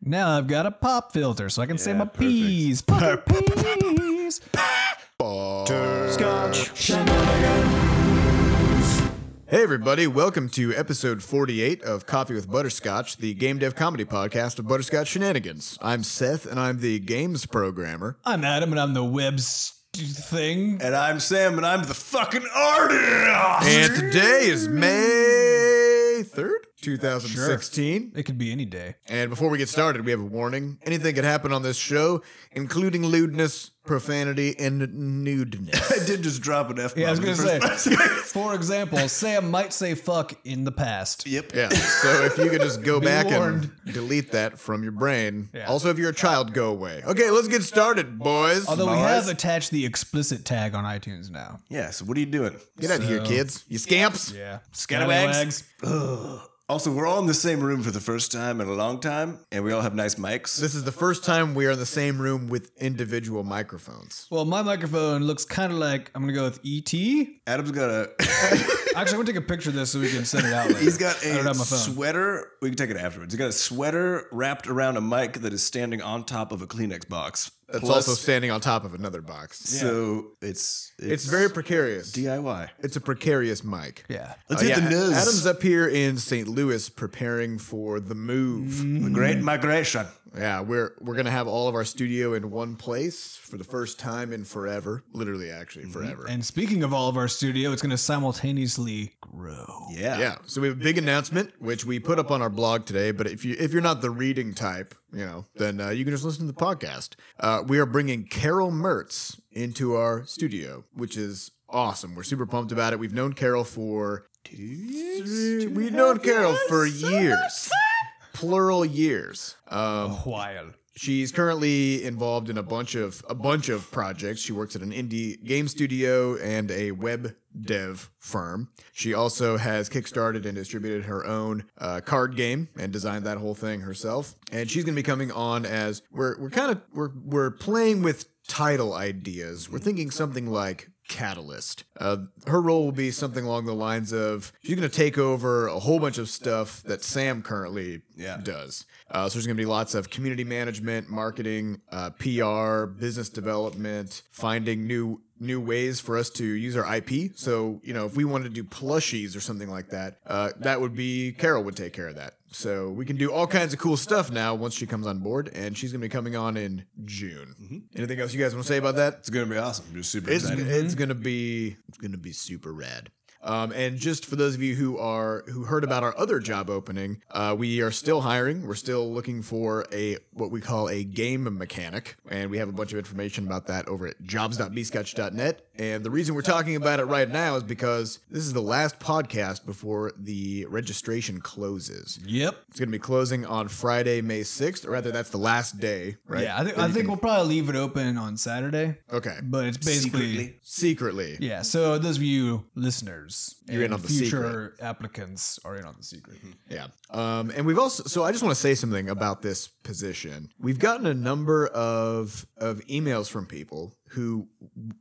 Now I've got a pop filter so I can say Yeah, my perfect. peas. Fucking peas. Hey, everybody, welcome to episode 48 of Coffee with Butterscotch, the game dev comedy podcast of Butterscotch Shenanigans. I'm Seth, and I'm the games programmer. I'm Adam and I'm the web st- thing. And I'm Sam, and I'm the fucking artist. And today is May 3rd, 2016. It could be any day. And before we get started, we have a warning anything could happen on this show, including lewdness, profanity, and I nudeness. did just drop an F. Yeah, I was gonna say. For example, Sam might say fuck in the past. yep. Yeah, so if you could just go Be back warned. and delete that from your brain. Yeah. Also, if you're a child, go away. Okay, let's get started, boys. Although we Mars? have attached the explicit tag on iTunes now. Yeah. So what are you doing? Get out of here, So- kids. You scamps. Yeah. Scallywags. Also, we're all in the same room for the first time in a long time, and we all have nice mics. This is the first time we are in the same room with individual microphones. Well, my microphone looks kind of like I'm going to go with ET. Adam's got a Actually, I'm going to take a picture of this so we can send it out later. he's got I don't a have my phone. sweater. We can take it afterwards. He's got a sweater wrapped around a mic that is standing on top of a Kleenex box. That's Plus- also standing on top of another box. so it's, It's very precarious. DIY. It's a precarious mic. yeah. Let's Uh, hit yeah, the news. Adam's up here in St. Louis preparing for the move. the Great Migration. Yeah, we're we're gonna have all of our studio in one place for the first time in forever. Literally, actually, forever. And speaking of all of our studio, it's going to simultaneously grow. Yeah. yeah, so we have a big announcement which we put up on our blog today. But if you if you're not the reading type, you know, then uh, you can just listen to the podcast. Uh, we are bringing Carol Mertz into our studio, which is awesome. We're super pumped about it. We've known Carol for three- we've known Carol for years, plural years. Um, While. She's currently involved in a bunch of a bunch of projects. She works at an indie game studio and a web dev firm. She also has kickstarted and distributed her own uh, card game and designed that whole thing herself. And she's going to be coming on as we're we're kind of we're we're playing with title ideas. We're thinking something like catalyst. Uh, her role will be something along the lines of she's going to take over a whole bunch of stuff that Sam currently Yeah. does. Uh, so there's going to be lots of community management, marketing, uh, PR, business development, finding new new ways for us to use our IP. So you know, if we wanted to do plushies or something like that, uh, that would be Carol would take care of that. So we can do all kinds of cool stuff now once she comes on board, and she's going to be coming on in June. Anything else you guys want to say about that? It's gonna be awesome. I'm just super It's, excited. it's gonna be it's gonna be super rad. Um, and just for those of you who are who heard about our other job opening, uh, we are still hiring. We're still looking for a what we call a game mechanic, and we have a bunch of information about that over at jobs.bscotch.net. And the reason we're talking about it right now is because this is the last podcast before the registration closes. Yep. It's going to be closing on Friday, May sixth, or rather, that's the last day, right? Yeah, I, think That I you think can- we'll probably leave it open on Saturday, okay. but it's basically Secretly. Secretly, yeah. So those of you listeners, You're in and on the future applicants are in on the secret. Mm-hmm. Yeah. Um, and we've also, so I just want to say something about this position. We've gotten a number of of emails from people who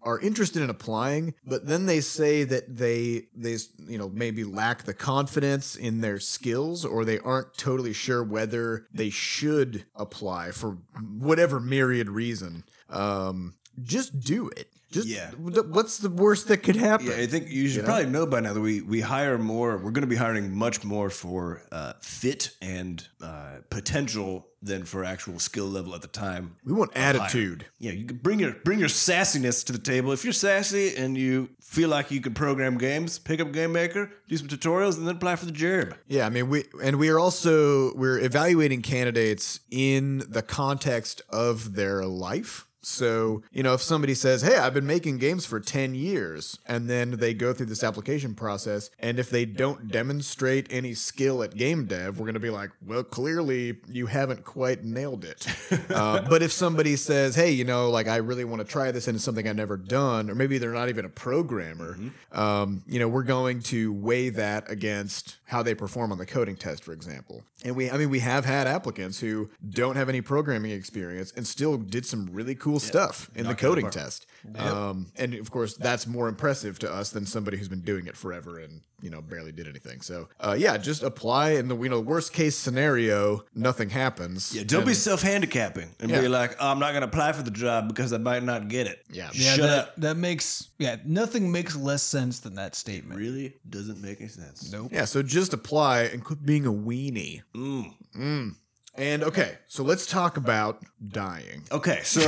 are interested in applying, but then they say that they they you know maybe lack the confidence in their skills, or they aren't totally sure whether they should apply for whatever myriad reason. Um, just do it. Just Yeah. What's the worst that could happen? Yeah, I think you should know? probably know by now that we we hire more. We're gonna be hiring much more for uh, fit and uh, potential than for actual skill level at the time. we want attitude. Yeah, you can bring your bring your sassiness to the table. If you're sassy and you feel like you can program games, pick up Game Maker, do some tutorials, and then apply for the job. Yeah, I mean, we and we are also we're evaluating candidates in the context of their life. So, you know, if somebody says, "Hey, I've been making games for 10 years," and then they go through this application process, and if they don't demonstrate any skill at game dev, we're going to be like, "Well, clearly you haven't quite nailed it." uh, but if somebody says, "Hey, you know, like I really want to try this and it's something I've never done," or maybe they're not even a programmer, um, you know, we're going to weigh that against how they perform on the coding test, for example. And we, I mean, we have had applicants who don't have any programming experience and still did some really cool cool stuff in the Knock it out of coding the park. test. Um, and of course, that's more impressive to us than somebody who's been doing it forever and you know barely did anything. So uh, yeah, just apply. And the you know worst case scenario, nothing happens. Yeah, don't be self handicapping and Yeah. be like, "Oh, I'm not going to apply for the job because I might not get it. Yeah. Yeah, Shut that, up. that makes yeah, nothing makes less sense than that statement. Really doesn't make any sense. Nope. Yeah, so just apply and quit being a weenie. Mm. Mm. And okay, so let's talk about dying. Okay, so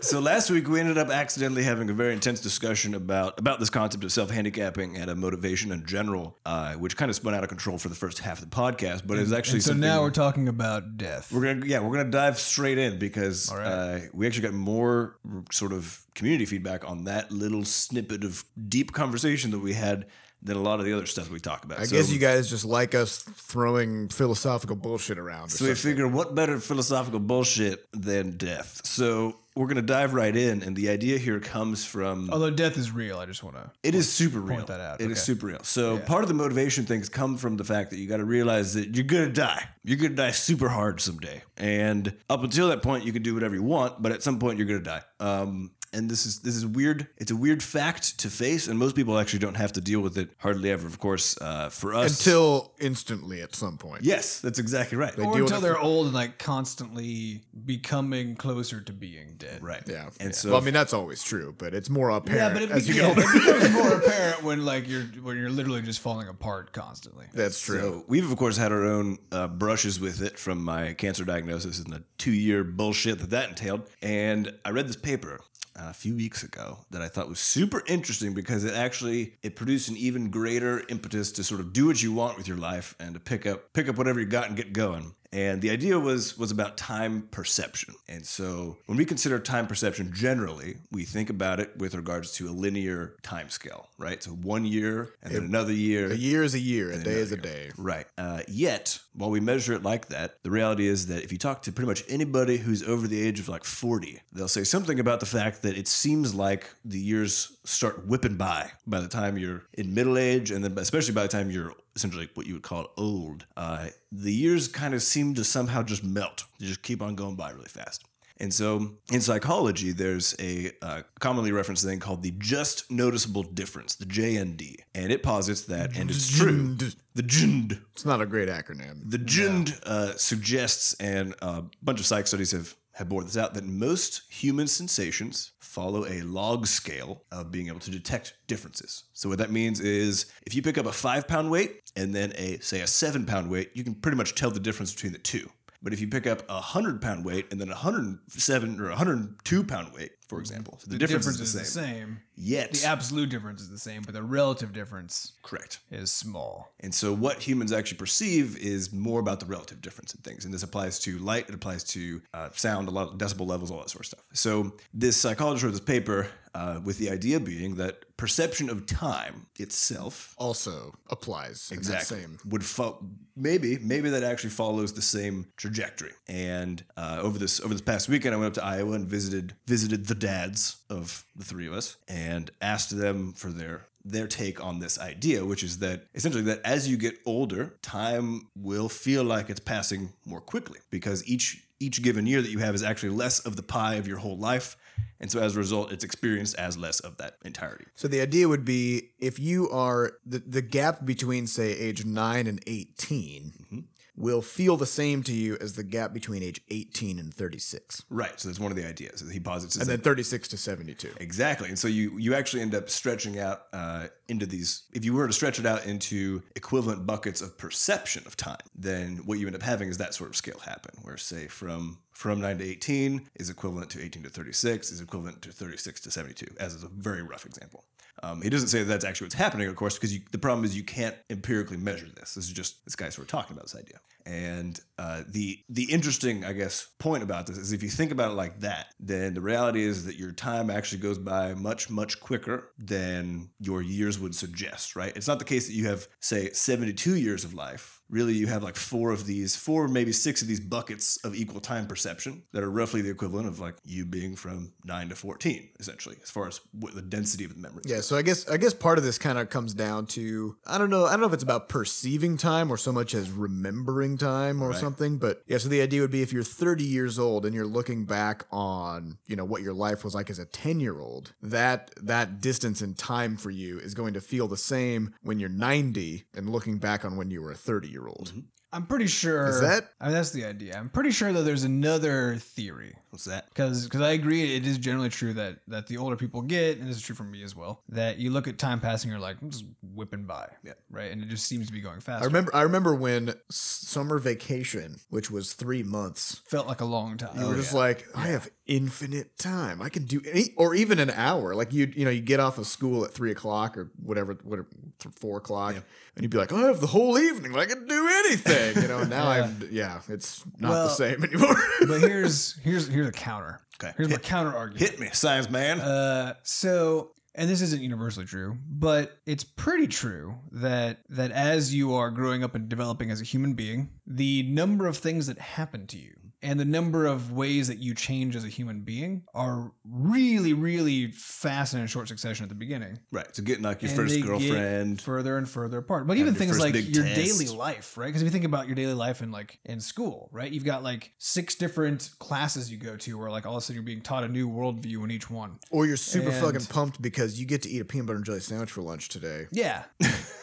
so last week we ended up accidentally having a very intense discussion about about this concept of self handicapping and of motivation in general, uh, which kind of spun out of control for the first half of the podcast. But it's actually And so something now we're talking about death. We're gonna yeah, we're gonna dive straight in because All right. uh, we actually got more r- sort of community feedback on that little snippet of deep conversation that we had than a lot of the other stuff we talked about. I So- guess you guys just like us throwing philosophical bullshit around. Or So we something. figure what better philosophical bullshit than death. So we're gonna dive right in, and the idea here comes from Although death is real, I just want to It is super real. It is that out. Okay. super real. So part of the motivation things come from the fact that you got to realize that you're gonna die. You're gonna die super hard someday, and up until that point, you can do whatever you want. But at some point, you're gonna die. Um, and this is this is weird. It's a weird fact to face, and most people actually don't have to deal with it hardly ever. Of course, uh, for us, until instantly at some point. yes, that's exactly right. or deal with until it they're old and like constantly becoming closer to being dead. right. Yeah. And Yeah. so well, I mean that's always true, but it's more Yeah, apparent but it, as you be- get yeah, older. it becomes more apparent when like you're when you're literally just falling apart constantly. That's true. So we've of course had our own uh, brushes with it from my cancer diagnosis and the two-year bullshit that that entailed. And I read this paper uh, a few weeks ago that I thought was super interesting because it actually it produced an even greater impetus to sort of do what you want with your life and to pick up pick up whatever you got and get going. And the idea was was about time perception. And so when we consider time perception generally, we think about it with regards to a linear time scale, right? So one year and then another year. a year is a year, a day is a day. Right. Uh, yet, while we measure it like that, the reality is that if you talk to pretty much anybody who's over the age of like 40, they'll say something about the fact that it seems like the years start whipping by by the time you're in middle age, and then especially by the time you're essentially what you would call old. Uh, the years kind of seem to somehow just melt, they just keep on going by really fast. And so in psychology, there's a uh, commonly referenced thing called the just noticeable difference, the JND. And it posits that, and it's true, Jund. the JND It's not a great acronym. the Jund uh, suggests, and a bunch of psych studies have, have bore this out, that most human sensations follow a log scale of being able to detect differences. So, what that means is if you pick up a five pound weight and then a, say, a seven pound weight, you can pretty much tell the difference between the two. But if you pick up a 100 pound weight and then a 107 or a 102 pound weight, for example, so Mm-hmm. the, difference, is the same. Yet, The absolute difference is the same, but the relative difference correct. is small. And so, what humans actually perceive is more about the relative difference in things. And this applies to light, it applies to uh, sound, a lot of decibel levels, all that sort of stuff. So, this psychologist wrote this paper uh, with the idea being that perception of time itself Also applies. in that Same. would fo- maybe maybe that actually follows the same trajectory. And uh, over this over this past weekend, I went up to Iowa and visited visited the dads of the three of us and asked them for their their take on this idea, which is that essentially that as you get older, time will feel like it's passing more quickly because each each given year that you have is actually less of the pie of your whole life. And so as a result, it's experienced as less of that entirety. So the idea would be if you are the, the gap between say age 9 and 18 Mm-hmm. will feel the same to you as the gap between age 18 and 36. Right. So that's one of the ideas that he posits. is And that- then 36 to 72. Exactly, and so you you actually end up stretching out uh, into these. If you were to stretch it out into equivalent buckets of perception of time, then what you end up having is that sort of scale happen, where say from from nine to eighteen is equivalent to eighteen to thirty six is equivalent to thirty six to seventy two, as is a very rough example. Um, he doesn't say that that's actually what's happening, of course, because you, the problem is you can't empirically measure this. This is just this guy's sort of talking about this idea. And uh, the the interesting, I guess, point about this is if you think about it like that, then the reality is that your time actually goes by much much quicker than your years would suggest. Right? It's not the case that you have say seventy two years of life. Really, you have like four of these, four maybe six of these buckets of equal time perception that are roughly the equivalent of like you being from nine to fourteen, essentially, as far as what the density of the memory. Yeah, so I guess I guess part of this kind of comes down to I don't know, I don't know if it's about perceiving time or so much as remembering learning time or Right. something. But yeah, so the idea would be if you're 30 years old and you're looking back on, you know, what your life was like as a 10 year old, that that distance in time for you is going to feel the same when you're 90 and looking back on when you were a 30 year old. I'm pretty sure. Is that- I mean, that's the idea. I'm pretty sure that there's another theory. What's that? Because I agree, it is generally true that, that the older people get, and this is true for me as well, that you look at time passing, you're like, I'm just whipping by. Yeah. Right? And it just seems to be going faster. I remember I remember when s- summer vacation, which was 3 months, Felt like a long time. Oh, You were just like, I have infinite time. I can do any, or even an hour. Like you, you know, you get off of school at three o'clock or whatever, whatever, th- four o'clock, Yeah. and you'd be like, I have the whole evening. I can do anything. You know. Now I'm, yeah, it's not Well- the same anymore. but here's here's here's a counter. Okay. Here's my Hit, counter argument. hit me, science man. Uh, so, and this isn't universally true, but it's pretty true that that as you are growing up and developing as a human being, the number of things that happen to you and the number of ways that you change as a human being are really, really fast and in short succession at the beginning. right. So getting like your And first they get girlfriend. further and further apart. But even your things first like big your test. daily life, right? Because if you think about your daily life in like in school, right? You've got like six different classes you go to, where like all of a sudden you're being taught a new worldview in each one. or you're super And- fucking pumped because you get to eat a peanut butter and jelly sandwich for lunch today, Yeah,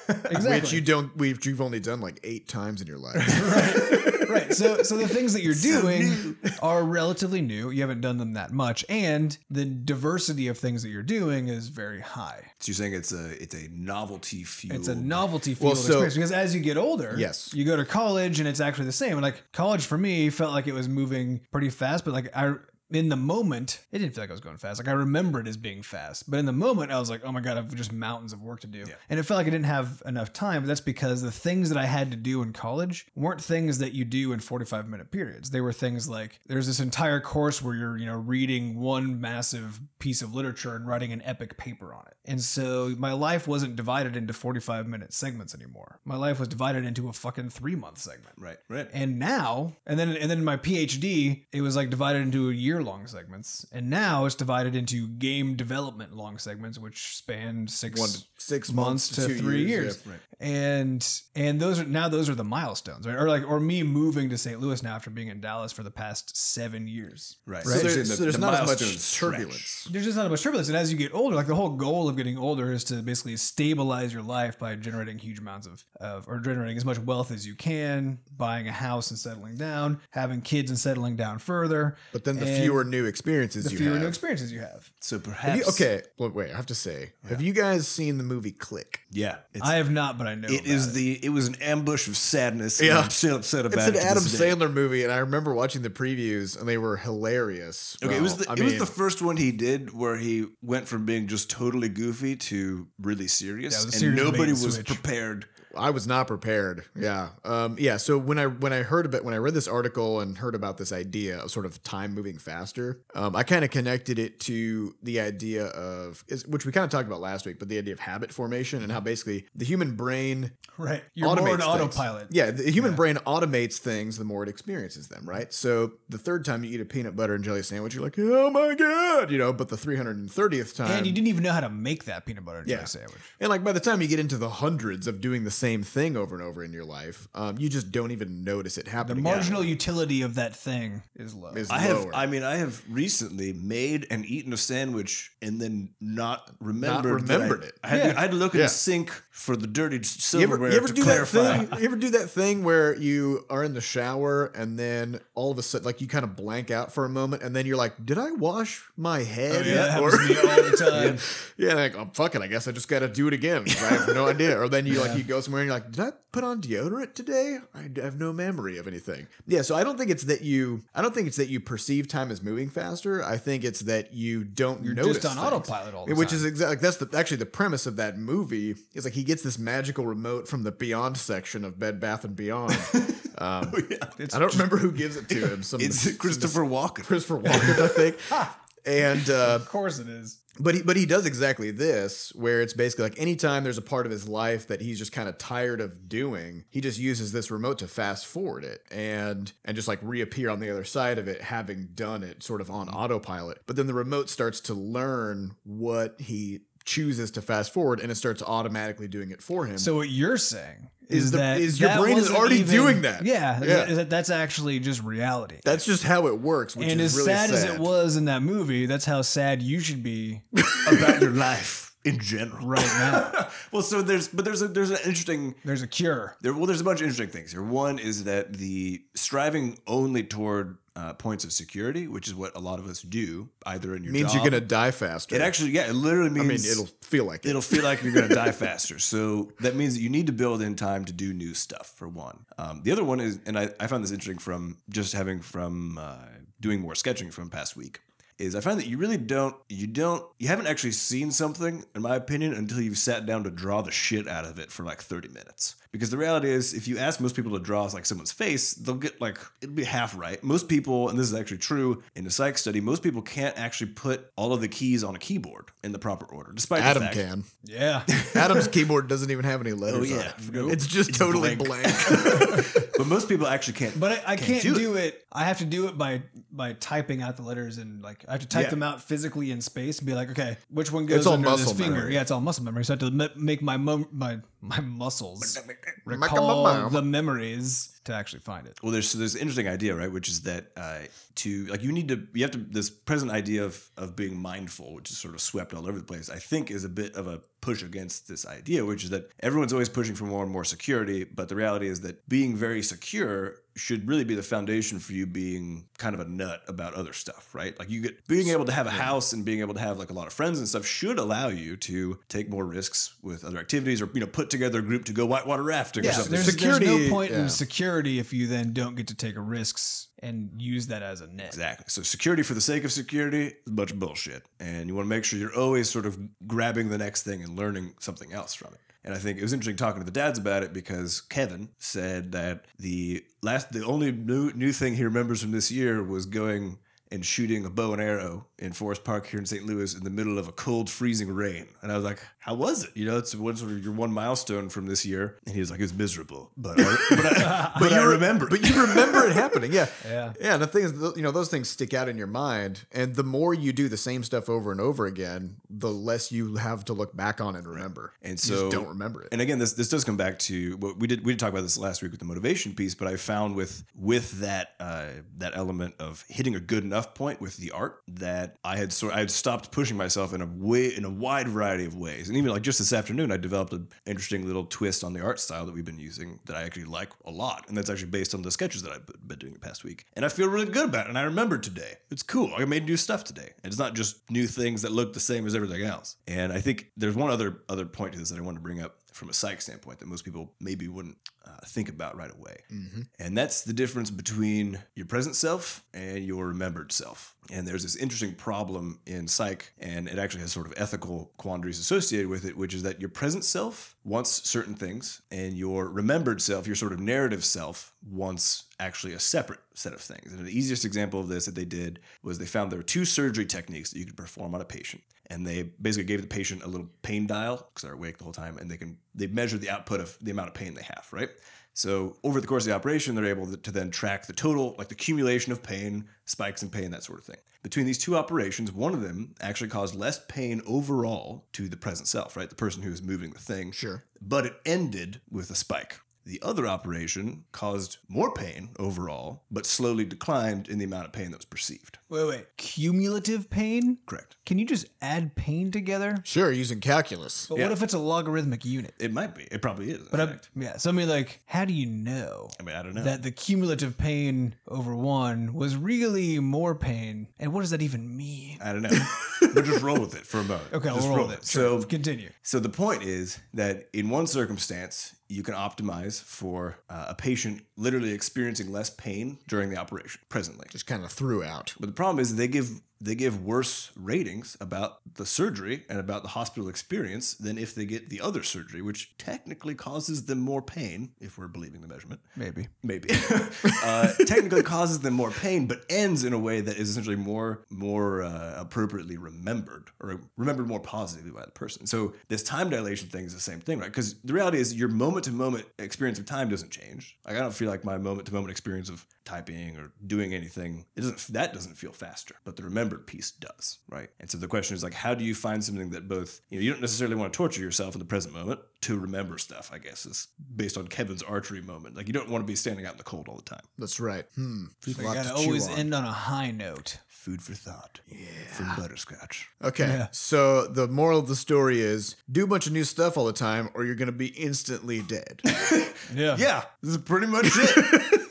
exactly. which you don't. We've you've only done like eight times in your life. right. So so the things that you're So doing new. are relatively new. You haven't done them that much, and the diversity of things that you're doing is very high. So you're saying it's a it's a novelty fuel. It's a novelty fueled so- experience because as you get older, Yes. you go to college and it's actually the same. And like college for me felt like it was moving pretty fast, but like I. In the moment, it didn't feel like I was going fast. Like I remember it as being fast, but in the moment, I was like, "Oh my god, I've just mountains of work to do," and it felt like I didn't have enough time. But that's because the things that I had to do in college weren't things that you do in forty-five minute periods. They were things like there's this entire course where you're, you know, reading one massive piece of literature and writing an epic paper on it. And so my life wasn't divided into 45 minute segments anymore. My life was divided into a fucking three month segment. right, right. And now, and then, and then my PhD, it was like divided into year long segments. And now it's divided into game development long segments, which span six One to six months to two three years. yeah. right. and and those are now those are the milestones, right? Or like, or me moving to St. Louis now after being in Dallas for the past seven years. Right. So, you're there- saying so the- there's the not as milestones much stretch. turbulence. there's just not much turbulence. And as you get older, like the whole goal of getting older is to basically stabilize your life by generating huge amounts of, of or generating as much wealth as you can, buying a house and settling down, having kids and settling down further. But then the And fewer new experiences the you fewer have. new experiences you have. So Have perhaps you- okay, well, wait. I have to say, have you guys seen the movie Click? Yeah. It's, I have not, but I know it about is the it was an ambush of sadness. Yeah. And I'm still upset It's about an it. to Adam this day. Sandler movie, and I remember watching the previews, and they were hilarious. Okay, it Well, was the I it was mean, the first one he did where he went from being just totally goofy to really serious, Yeah, it was a and serious bait nobody and was switch. prepared. I was not prepared. Yeah, um, yeah. So when I when I heard about when I read this article and heard about this idea of sort of time moving faster, um, I kind of connected it to the idea of is, which we kind of talked about last week, but the idea of habit formation and how basically the human brain right. You're more automates an things. autopilot. Yeah, the human brain automates things the more it experiences them, right? So the third time you eat a peanut butter and jelly sandwich, you're like, oh my god, you know. But the 330th time, And you didn't even know how to make that peanut butter and jelly Yeah. sandwich. and like by the time you get into the hundreds of doing the same thing over and over in your life, um, you just don't even notice it The happening. marginal utility of that thing is low. Is I have, lower. I mean, I have recently made and eaten a sandwich and then not remembered. that remembered I, it. I had, Yeah. to, I had to look in Yeah. the sink for the dirty You ever, silverware you ever to do clarify. that thing? You ever do that thing where you are in the shower and then all of a sudden, like you kind of blank out for a moment, and then you're like, "Did I wash my head?" Oh, yeah, that Or- happens to me all the time. Yeah, like oh, fuck it. I guess I just got to do it again. 'cause I have no idea. Or then you like you go somewhere and you're like, did I put on deodorant today? I d- have no memory of anything. Yeah, so I don't think it's that you. I don't think it's that you perceive time as moving faster. I think it's that you don't You're notice just on things. autopilot all the Which time. is exactly like, that's the actually the premise of that movie is like he gets this magical remote from the Beyond section of Bed Bath and Beyond. um, I don't remember who gives it to him. Some It's some Christopher Walken. Christopher Walken, I think. And uh, of course it is. but he, but he does exactly this, where it's basically like anytime there's a part of his life that he's just kind of tired of doing, he just uses this remote to fast forward it and and just like reappear on the other side of it, having done it sort of on autopilot. But then the remote starts to learn what he chooses to fast forward, and it starts automatically doing it for him. So what you're saying is, the- that is your that brain is wasn't already even- doing that. Yeah, Yeah. is that- that's actually just reality. That's just how it works, which and is as really sad, as it was in that movie, that's how sad you should be about your life in general. right now. well, so there's but there's a there's an interesting There's a cure. there. Well, there's a bunch of interesting things here. One is that the striving only toward uh, points of security, which is what a lot of us do, either in your means job. you're gonna die faster. It actually, yeah, it literally I means mean, it'll feel like it. it'll feel like you're going to die faster. So that means that you need to build in time to do new stuff for one. Um, the other one is, and I, I found this interesting from just having from uh, doing more sketching from past week. Is I find that you really don't, you don't, you haven't actually seen something, in my opinion, until you've sat down to draw the shit out of it for like 30 minutes. Because the reality is, if you ask most people to draw like someone's face, they'll get like, it'll be half right. Most people, and this is actually true in the psych study, most people can't actually put all of the keys on a keyboard in the proper order, despite the Adam fact can. Yeah. Adam's keyboard doesn't even have any letters. Oh, on yeah. it. Nope. it's just totally blank. blank. but most people actually can't. But I, I can't, do do, it. I have to do it by by typing out the letters and like I have to type Yeah. them out physically in space and be like, okay, which one goes all under muscle this finger? memory. Yeah, it's all muscle memory. So I have to me- make my mo- my my muscles recall the memories to actually find it. well, there's so there's an interesting idea, right? Which is that uh, to like you need to you have to this present idea of of being mindful, which is sort of swept all over the place. I think is a bit of a push against this idea, which is that everyone's always pushing for more and more security, but the reality is that being very secure should really be the foundation for you being kind of a nut about other stuff, right? Like you get being able to have a house and being able to have like a lot of friends and stuff should allow you to take more risks with other activities or you know put together a group to go whitewater rafting or Yeah, something. there's, Security- there's no point yeah. in security if you then don't get to take risks and use that as a net. Exactly. So security for the sake of security is a bunch of bullshit. And you want to make sure you're always sort of grabbing the next thing and learning something else from it. And I think it was interesting talking to the dads about it because Kevin said that the last the only new new thing he remembers from this year was going and shooting a bow and arrow in Forest Park here in St. Louis in the middle of a cold, freezing rain. And I was like, "How was it? You know, it's one sort of your one milestone from this year." And he was like, "It was miserable, but I, but I, but I you re- remember." but you remember it happening. Yeah. Yeah. Yeah, and the thing is, th- you know, those things stick out in your mind, and the more you do the same stuff over and over again, the less you have to look back on and remember. And You so- just don't remember it. and again this this does come back to what we did we did talk about this last week with the motivation piece but i found with with that uh that element of hitting a good enough point with the art that i had sort i had stopped pushing myself in a way in a wide variety of ways and even like just this afternoon i developed an interesting little twist on the art style that we've been using that i actually like a lot and that's actually based on the sketches that i've b- been doing the past week and i feel really good about it and i remembered today it's cool i made new stuff today and it's not just new things that look the same as everything else and i think there's one other other point to this that i wanted to bring up from a psych standpoint that most people maybe wouldn't uh, think about right away. Mm-hmm. And that's the difference between your present self and your remembered self. And there's this interesting problem in psych, and it actually has sort of ethical quandaries associated with it, which is that your present self wants certain things, and your remembered self, your sort of narrative self, wants actually a separate set of things. And the easiest example of this that they did was they found there were two surgery techniques that you could perform on a patient. And they basically gave the patient a little pain dial because they're awake the whole time and they can they measure the output of the amount of pain they have, right? So over the course of the operation, they're able to then track the total, like the accumulation of pain, spikes in pain, that sort of thing. Between these two operations, one of them actually caused less pain overall to the present self, right? The person who is moving the thing Sure. but it ended with a spike. The other operation caused more pain overall, but slowly declined in the amount of pain that was perceived. Wait, wait. Cumulative pain? Correct. Can you just add pain together? Sure, using calculus. But Yeah. what if it's a logarithmic unit? It might be. It probably is. in But I, fact. yeah, so I mean, like, how do you know I mean, I don't know. that the cumulative pain over one was really more pain? And what does that even mean? I don't know. but just roll with it for a moment. Okay, just we'll roll with it. So Sure. continue. So the point is that in one circumstance, you can optimize for uh, a patient literally experiencing less pain during the operation presently. Just kind of threw out. But the problem is they give they give worse ratings about the surgery and about the hospital experience than if they get the other surgery, which technically causes them more pain, if we're believing the measurement. Maybe. Maybe uh, technically causes them more pain, but ends in a way that is essentially more more uh, appropriately remembered or remembered more positively by the person. So this time dilation thing is the same thing, right? Because the reality is your moment to moment experience of time doesn't change. Like I don't feel like my moment to moment experience of typing or doing anything it doesn't that doesn't feel faster, but the remembered remembered piece does, right? And so the question is like, how do you find something that both, you know, you don't necessarily want to torture yourself in the present moment to remember stuff, I guess, is based on Kevin's archery moment. Like, you don't want to be standing out in the cold all the time. That's right. Hmm. You Lot gotta to chew always on. end on a high note. Food for thought. Yeah. From Butterscotch. Okay. Yeah. So the moral of the story is do a bunch of new stuff all the time or you're going to be instantly dead. Yeah. Yeah, this is pretty much it.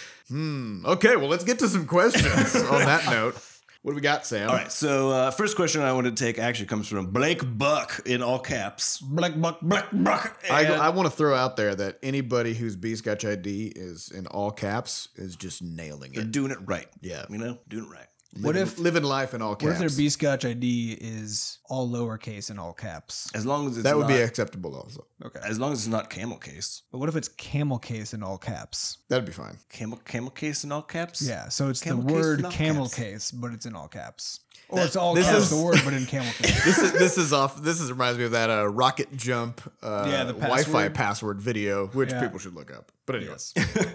hmm. Okay. Well, let's get to some questions on that note. What do we got, Sam? all right, so uh, first question I wanted to take actually comes from Blake Buck in all caps. Black buck black. Blake Buck. I, and- I want to throw out there that anybody whose B Scotch ID is in all caps is just nailing They're it. doing it right. Yeah. You know, doing it right. What if living life in all what caps? if their B Scotch ID is all lowercase and all caps? As long as it's that would be not- acceptable also. Okay. as long as it's not camel case. But what if it's camel case in all caps? That'd be fine. Camel camel case in all caps. Yeah, so it's Camel the case word in all camel caps. case, but it's in all caps. Or it's all this caps is- the word, but in camel case. This is this is off. This is reminds me of that uh, rocket jump uh, Yeah, the Wi-Fi password. password video, which Yeah. people should look up. But anyway, Yes.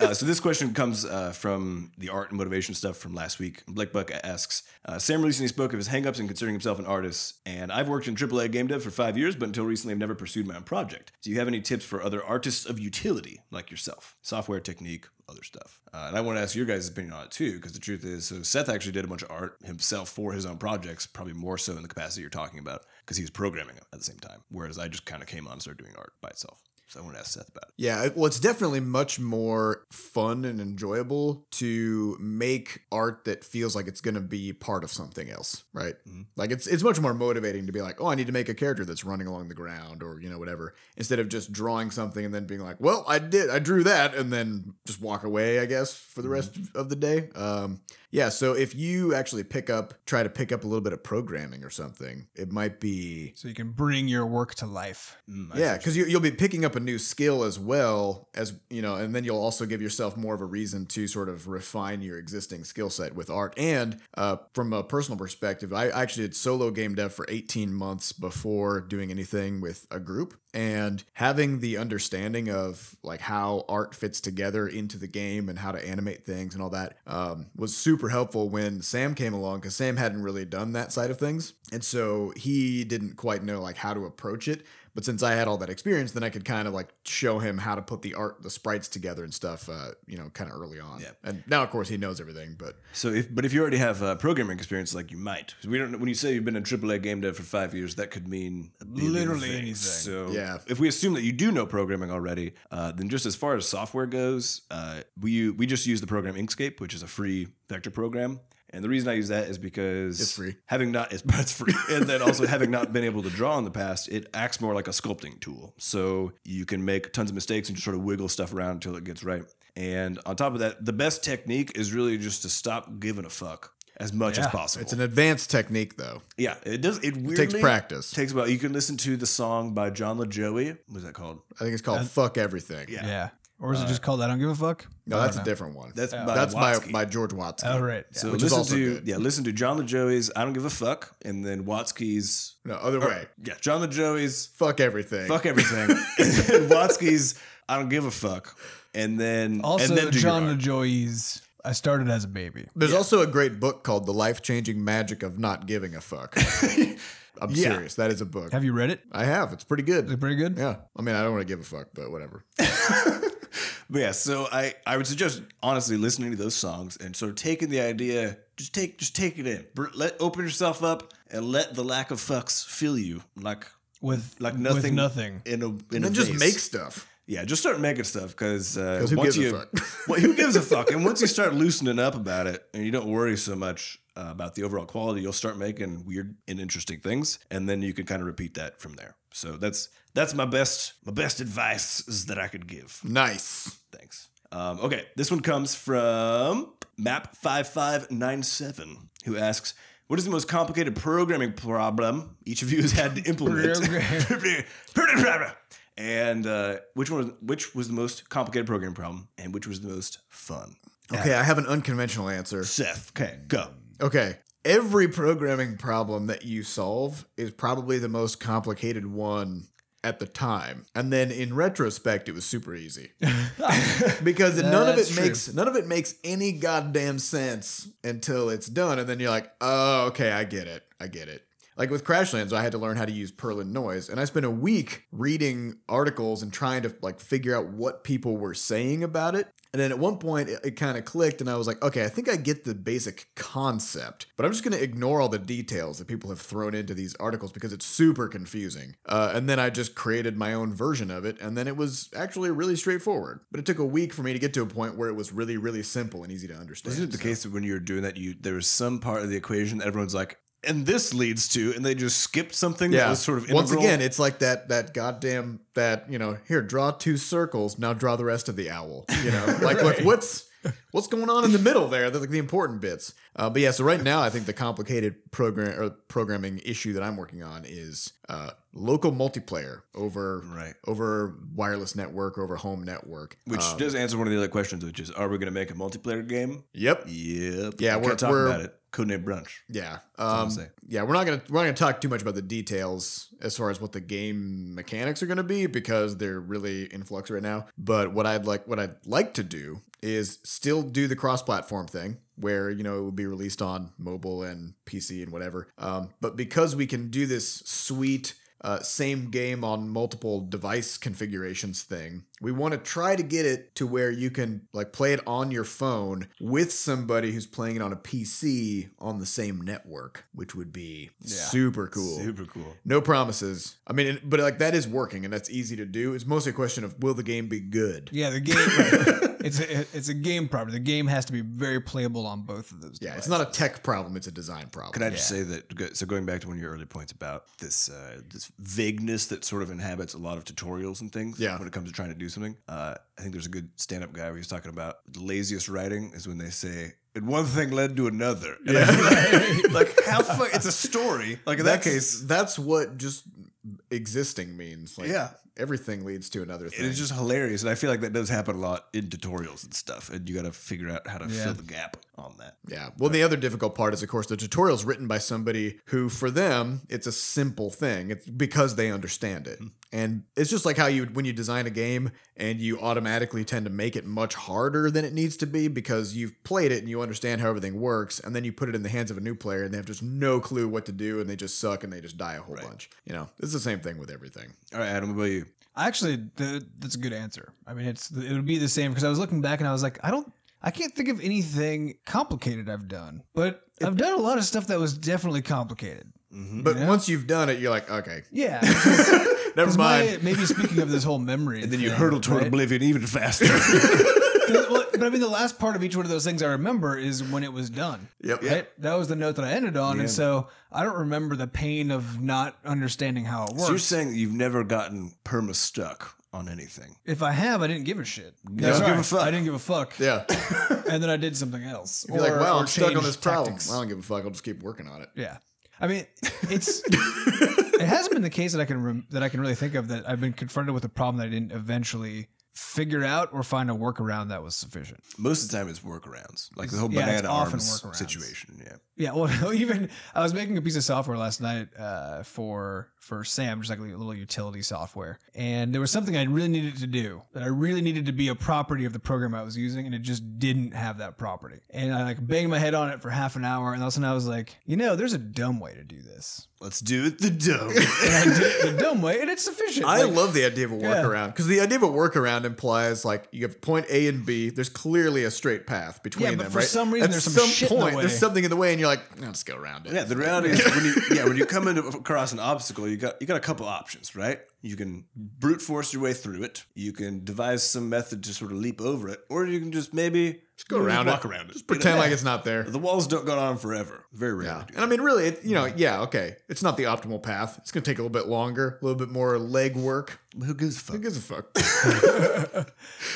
uh, so this question comes uh, from the art and motivation stuff from last week. Blake Buck asks, uh, Sam recently spoke of his hangups and considering himself an artist, and I've worked in AAA game dev for five years, but until recently I've never pursued my own project. Do you have any tips for other artists of utility like yourself? Software, technique, other stuff. Uh, and I want to ask your guys' opinion on it too, because the truth is, so Seth actually did a bunch of art himself for his own projects, probably more so in the capacity you're talking about, because he was programming at the same time, whereas I just kind of came on and started doing art by itself. So I want to ask Seth about it. Yeah, it- well, it's definitely much more fun and enjoyable to make art that feels like it's going to be part of something else, right? Mhm. Like it's it's much more motivating to be like, oh, I need to make a character that's running along the ground or you know whatever, instead of just drawing something and then being like, well, I did, I drew that, and then just walk away, I guess, for the rest of the day. Um, yeah, so if you actually pick up, try to pick up a little bit of programming or something, it might be so you can bring your work to life. Mm, I yeah, because you, you'll be picking up a new skill as well as you know, and then you'll also give yourself more of a reason to sort of refine your existing skill set with art. And uh, from a personal perspective, I actually did solo game dev for 18 months before doing anything with a group, and having the understanding of like how art fits together into the game and how to animate things and all that um, was super helpful when Sam came along because Sam hadn't really done that side of things, and so he didn't quite know like how to approach it. But since I had all that experience, then I could kind of like show him how to put the art, the sprites together and stuff, uh, you know, kind of early on. Yeah. And now, of course, he knows everything, but So, if but if you already have uh, programming experience, like you might, 'Cause we don't. When you say you've been a AAA game dev for five years, that could mean a billion Literally things. anything. So, Yeah. if we assume that you do know programming already, uh, then just as far as software goes, uh, we we just use the program Inkscape, which is a free vector program. And the reason I use that is because It's free. Having not, it's, it's free, and then also having not been able to draw in the past, it acts more like a sculpting tool. So you can make tons of mistakes and just sort of wiggle stuff around until it gets right. And on top of that, the best technique is really just to stop giving a fuck as much as Yeah, possible. it's an advanced technique, though. yeah, it does. It weirdly It takes practice. Takes about. You can listen to the song by John LaJoie. What's that called? I think it's called "Fuck Everything." Yeah. Yeah. Or is it just called I don't give a fuck? No, that's a different one. That's by that's by, Watsky. by George Watson. Oh right. So which is listen also to good. yeah, listen to John LaJoie's "I Don't Give a Fuck" and then Watsky's No, other way. yeah, John LaJoie's Fuck everything. Oh. fuck everything. and Watsky's I don't give a fuck. And then also and then do your John art. LaJoie's I started as a baby. There's also a great book called "The Life Changing Magic of Not Giving a Fuck." I'm Yeah. serious. That is a book. Have you read it? I have. It's pretty Is it good. pretty good? Yeah. I mean, I don't want to give a fuck, but whatever. But yeah, so I I would suggest honestly listening to those songs and sort of taking the idea. Just take just take it in. Br- Let open yourself up and let the lack of fucks fill you like With Like like nothing- nothing. With nothing. in a in And a then just vase. make stuff. yeah just start making stuff because uh, 'Cause who gives once a you fuck? well who gives a fuck and once you start loosening up about it and you don't worry so much uh, about the overall quality you'll start making weird and interesting things and then you can kind of repeat that from there so that's that's my best my best advice is that I could give Nice. Thanks. Um, okay, this one comes from Map5597, who asks, what is the most complicated programming problem each of you has had to implement? and uh, which one? Which was the most complicated programming problem, and which was the most fun? Okay, I have an unconventional answer. Seth, okay, go. Okay. Every programming problem that you solve is probably the most complicated one at the time. And then in retrospect, it was super easy because Yeah, none of it that's true. makes none of it makes any goddamn sense until it's done. And then you're like, oh, okay, I get it. I get it. Like with Crashlands, I had to learn how to use Perlin noise, and I spent a week reading articles and trying to like figure out what people were saying about it. And then at one point, it, it kind of clicked, and I was like, okay, I think I get the basic concept, but I'm just going to ignore all the details that people have thrown into these articles because it's super confusing. Uh, and then I just created my own version of it, and then it was actually really straightforward. But it took a week for me to get to a point where it was really, really simple and easy to understand. Isn't it the So- case that when you were doing that, you there was some part of the equation that everyone's like, and this leads to, and they just skipped something that was sort of once integral? again it's like that that goddamn that you know here draw two circles now draw the rest of the owl you know like like, what's what's going on in the middle there They're like the important bits uh, but yeah so right now i think the complicated program or programming issue that i'm working on is uh, local multiplayer over Right. over wireless network over home network Which Um, does answer one of the other questions, which is, are we going to make a multiplayer game? yep Yep. Yeah, we we're- can't talk we're- about it. Codename Brunch. Yeah. all I'm Um, saying. yeah, we're not gonna we're not gonna talk too much about the details as far as what the game mechanics are gonna be because they're really in flux right now. But what I'd like what I'd like to do is still do the cross platform thing where you know it would be released on mobile and PC and whatever. Um, but because we can do this sweet uh, same game on multiple device configurations thing. We want to try to get it to where you can like play it on your phone with somebody who's playing it on a PC on the same network, which would be Yeah. super cool. Super cool. No promises. I mean, it- but like that is working and that's easy to do. It's mostly a question of will the game be good? Yeah, the game. right. it's a, it's a game problem. The game has to be very playable on both of those. Yeah, it's devices. not a tech problem, it's a design problem. Can I just say that? go- So going back to one of your earlier points about this uh, this vagueness that sort of inhabits a lot of tutorials and things. Yeah. When it comes to trying to do something, uh, I think there's a good stand up guy where he's talking about the laziest writing is when they say. And one thing led to another. And I feel like, like, how fu- it's a story. Like in that that's, case, that's what just existing means. Like, Yeah. everything leads to another thing. it's just hilarious, and I feel like that does happen a lot in tutorials and stuff. And you got to figure out how to Yeah. fill the gap on that. Yeah. Well, the other difficult part is, of course, the tutorial's written by somebody who, for them, it's a simple thing. It's because they understand Hmm. it. And it's just like how you, when you design a game and you automatically tend to make it much harder than it needs to be because you've played it and you understand how everything works. And then you put it in the hands of a new player and they have just no clue what to do and they just suck and they just die a whole bunch. You know, it's the same thing with everything. All right, Adam, what about you? Actually, the, that's a good answer. I mean, it's it would be the same because I was looking back and I was like, I don't, I can't think of anything complicated I've done, but I've done a lot of stuff that was definitely complicated. Mm-hmm. But Yeah. once you've done it, you're like, okay, Yeah. never 'Cause mind. my- maybe speaking of this whole memory, And then you thing, hurtle toward right? oblivion even faster. Well, but I mean, the last part of each one of those things I remember is when it was done. Yep. Right? That was the note that I ended on, and so I don't remember the pain of not understanding how it so you're works. saying that you've never gotten perma stuck on anything. if I have, I didn't give a shit. don't Sorry, give a fuck. I didn't give a fuck, Yeah. and then I did something else. You're like, Or- wow, or I'm stuck on changed this problem. tactics. I don't give a fuck. I'll just keep working on it. Yeah, I mean, it's it hasn't been the case that I can rem- that I can really think of that I've been confronted with a problem that I didn't eventually figure out or find a workaround that was sufficient. Most of the time, it's workarounds, like the whole Yeah, it's banana often arms workarounds. situation. Yeah, Yeah, well, even I was making a piece of software last night uh, for for Sam, just like a little utility software, and there was something I really needed to do that I really needed to be a property of the program I was using, and it just didn't have that property. And I like banged my head on it for half an hour, and all of a sudden I was like, you know, there's a dumb way to do this, let's do it the dumb. and I did it the dumb way, and it's sufficient. I Like, love the idea of a Yeah. workaround because the idea of a workaround implies like you have point A and B. There's clearly a straight path between but them, for right? some reason there's some shit in the way. There's something in the way, and you're like, "Nah, let's go around it. yeah, the reality is when you yeah when you come into, across an obstacle, you got you got a couple options, right? You can brute force your way through it. You can devise some method to sort of leap over it, or you can just maybe just go around walk it. around it, just Pretend like it's not there. the walls don't go on forever. Very rarely. Yeah, do and I mean, really, it, you know, yeah, okay, it's not the optimal path. It's gonna take a little bit longer, a little bit more leg work. that. who gives a fuck? Who gives a fuck?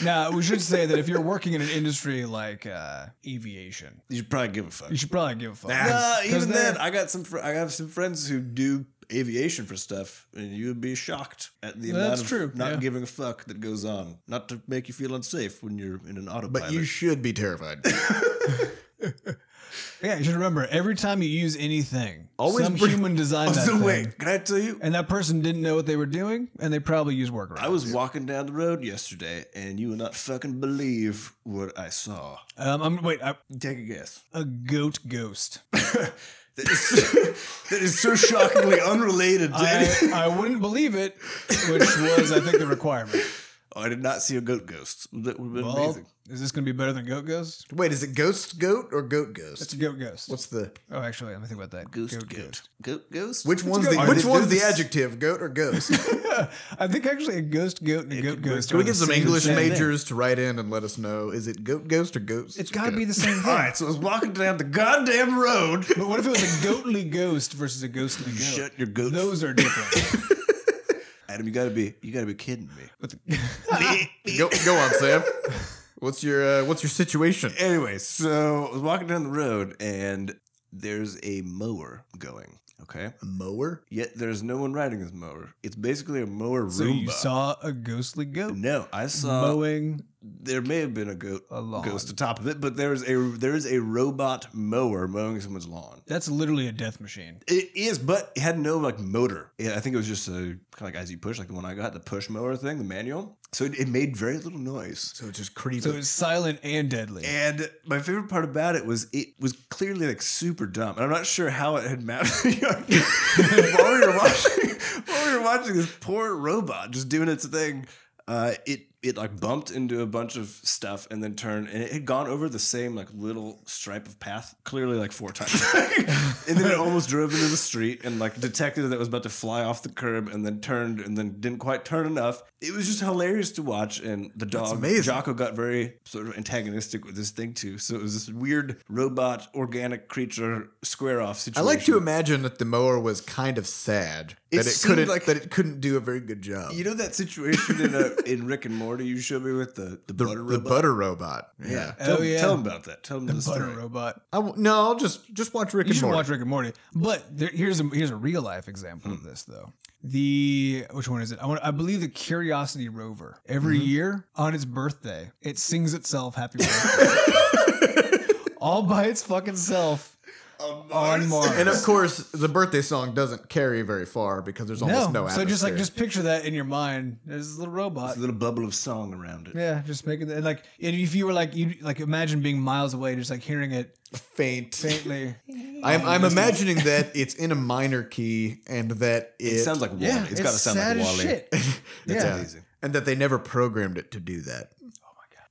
now we should say that if you're working in an industry like uh, aviation, You should probably give a fuck. you should probably give a fuck. Nah, 'Cause even they're- then, I got some. Fr- I have some friends who do aviation for stuff, and you would be shocked at the amount That's of true, not yeah. giving a fuck that goes on. Not to make you feel unsafe when you're in an autopilot. But you should be terrified. Yeah, you should remember every time you use anything, Always some bring- human design that so thing, wait, can I tell you? and that person didn't know what they were doing, and they probably used workarounds. I was walking down the road yesterday, and you will not fucking believe what I saw. Um, I'm wait, I, Take a guess. a goat ghost. That is, that is so shockingly unrelated to I, any- I wouldn't believe it, which was I think the requirement. Oh, I did not see a goat ghost. That would have been Well, amazing. is this going to be better than goat ghost? Wait, is it ghost goat or goat It's ghost? a goat ghost. What's the oh, actually, let me think about that. Ghost, goat, ghost. Goat ghost? which one's goat. the Alright, which this- one's the this- adjective, goat or ghost? I think actually a ghost goat and a goat ghost. Can are we the get some same English thing. majors to write in and let us know? Is it goat ghost or ghost? It's got to goat? be the same All thing. right, so I was walking down the goddamn road. But what if it was a goatly ghost versus a ghostly goat? Shut your goat. Those are different. Adam, you gotta be, you gotta be kidding me. Go, go on, Sam. What's your uh, what's your situation? anyway, so I was walking down the road and there's a mower going. Okay. A mower? Yet there's no one riding this mower. It's basically a mower so Roomba. you saw a ghostly goat No, I saw. mowing There may have been a goat a lawn. ghost atop of it, but there's a there's a robot mower mowing someone's lawn. That's literally a death machine. It is, but it had no like motor. Yeah, I think it was just a kind of like as you push, like the one I got, the push mower thing, the manual. So it, it made very little noise. So it's just creepy. So it's silent and deadly. And my favorite part about it was it was clearly like super dumb, and I'm not sure how it had mattered. while we were watching, while we were watching this poor robot just doing its thing, uh, it it like bumped into a bunch of stuff and then turned, and it had gone over the same like little stripe of path clearly like four times, and then it almost drove into the street and like detected that it was about to fly off the curb, and then turned and then didn't quite turn enough. It was just hilarious to watch, and the dog amazing. Jocko got very sort of antagonistic with this thing too. So it was this weird robot organic creature square off I situation. like to imagine that the mower was kind of sad It that it seemed couldn't like- that it couldn't do a very good job. You know that situation in a, in Rick and Morty you showed me with the, the, the, butter the robot? butter robot. Yeah. Tell, Oh, yeah. tell him about that. Tell him the, butter story. robot. I w- no, I'll just just watch Rick You and should Morty. watch Rick and Morty. But there, here's a here's a real life example of this though. The which one is it? I want I believe the Curiosity rover. Every year on its birthday, it sings itself happy birthday. All by its fucking self on Mars. and of course, the birthday song doesn't carry very far because there's almost no. no, so just like atmosphere. just picture that in your mind. There's this little robot. There's a little bubble of song around it. Yeah, just making that like and if you were like you like imagine being miles away, just like hearing it faint. faintly. I'm, I'm imagining that it's in a minor key and that it, It sounds like Wally. yeah, it's got to sound sad like as Wally. shit. That's Yeah. amazing. and that they never programmed it to do that.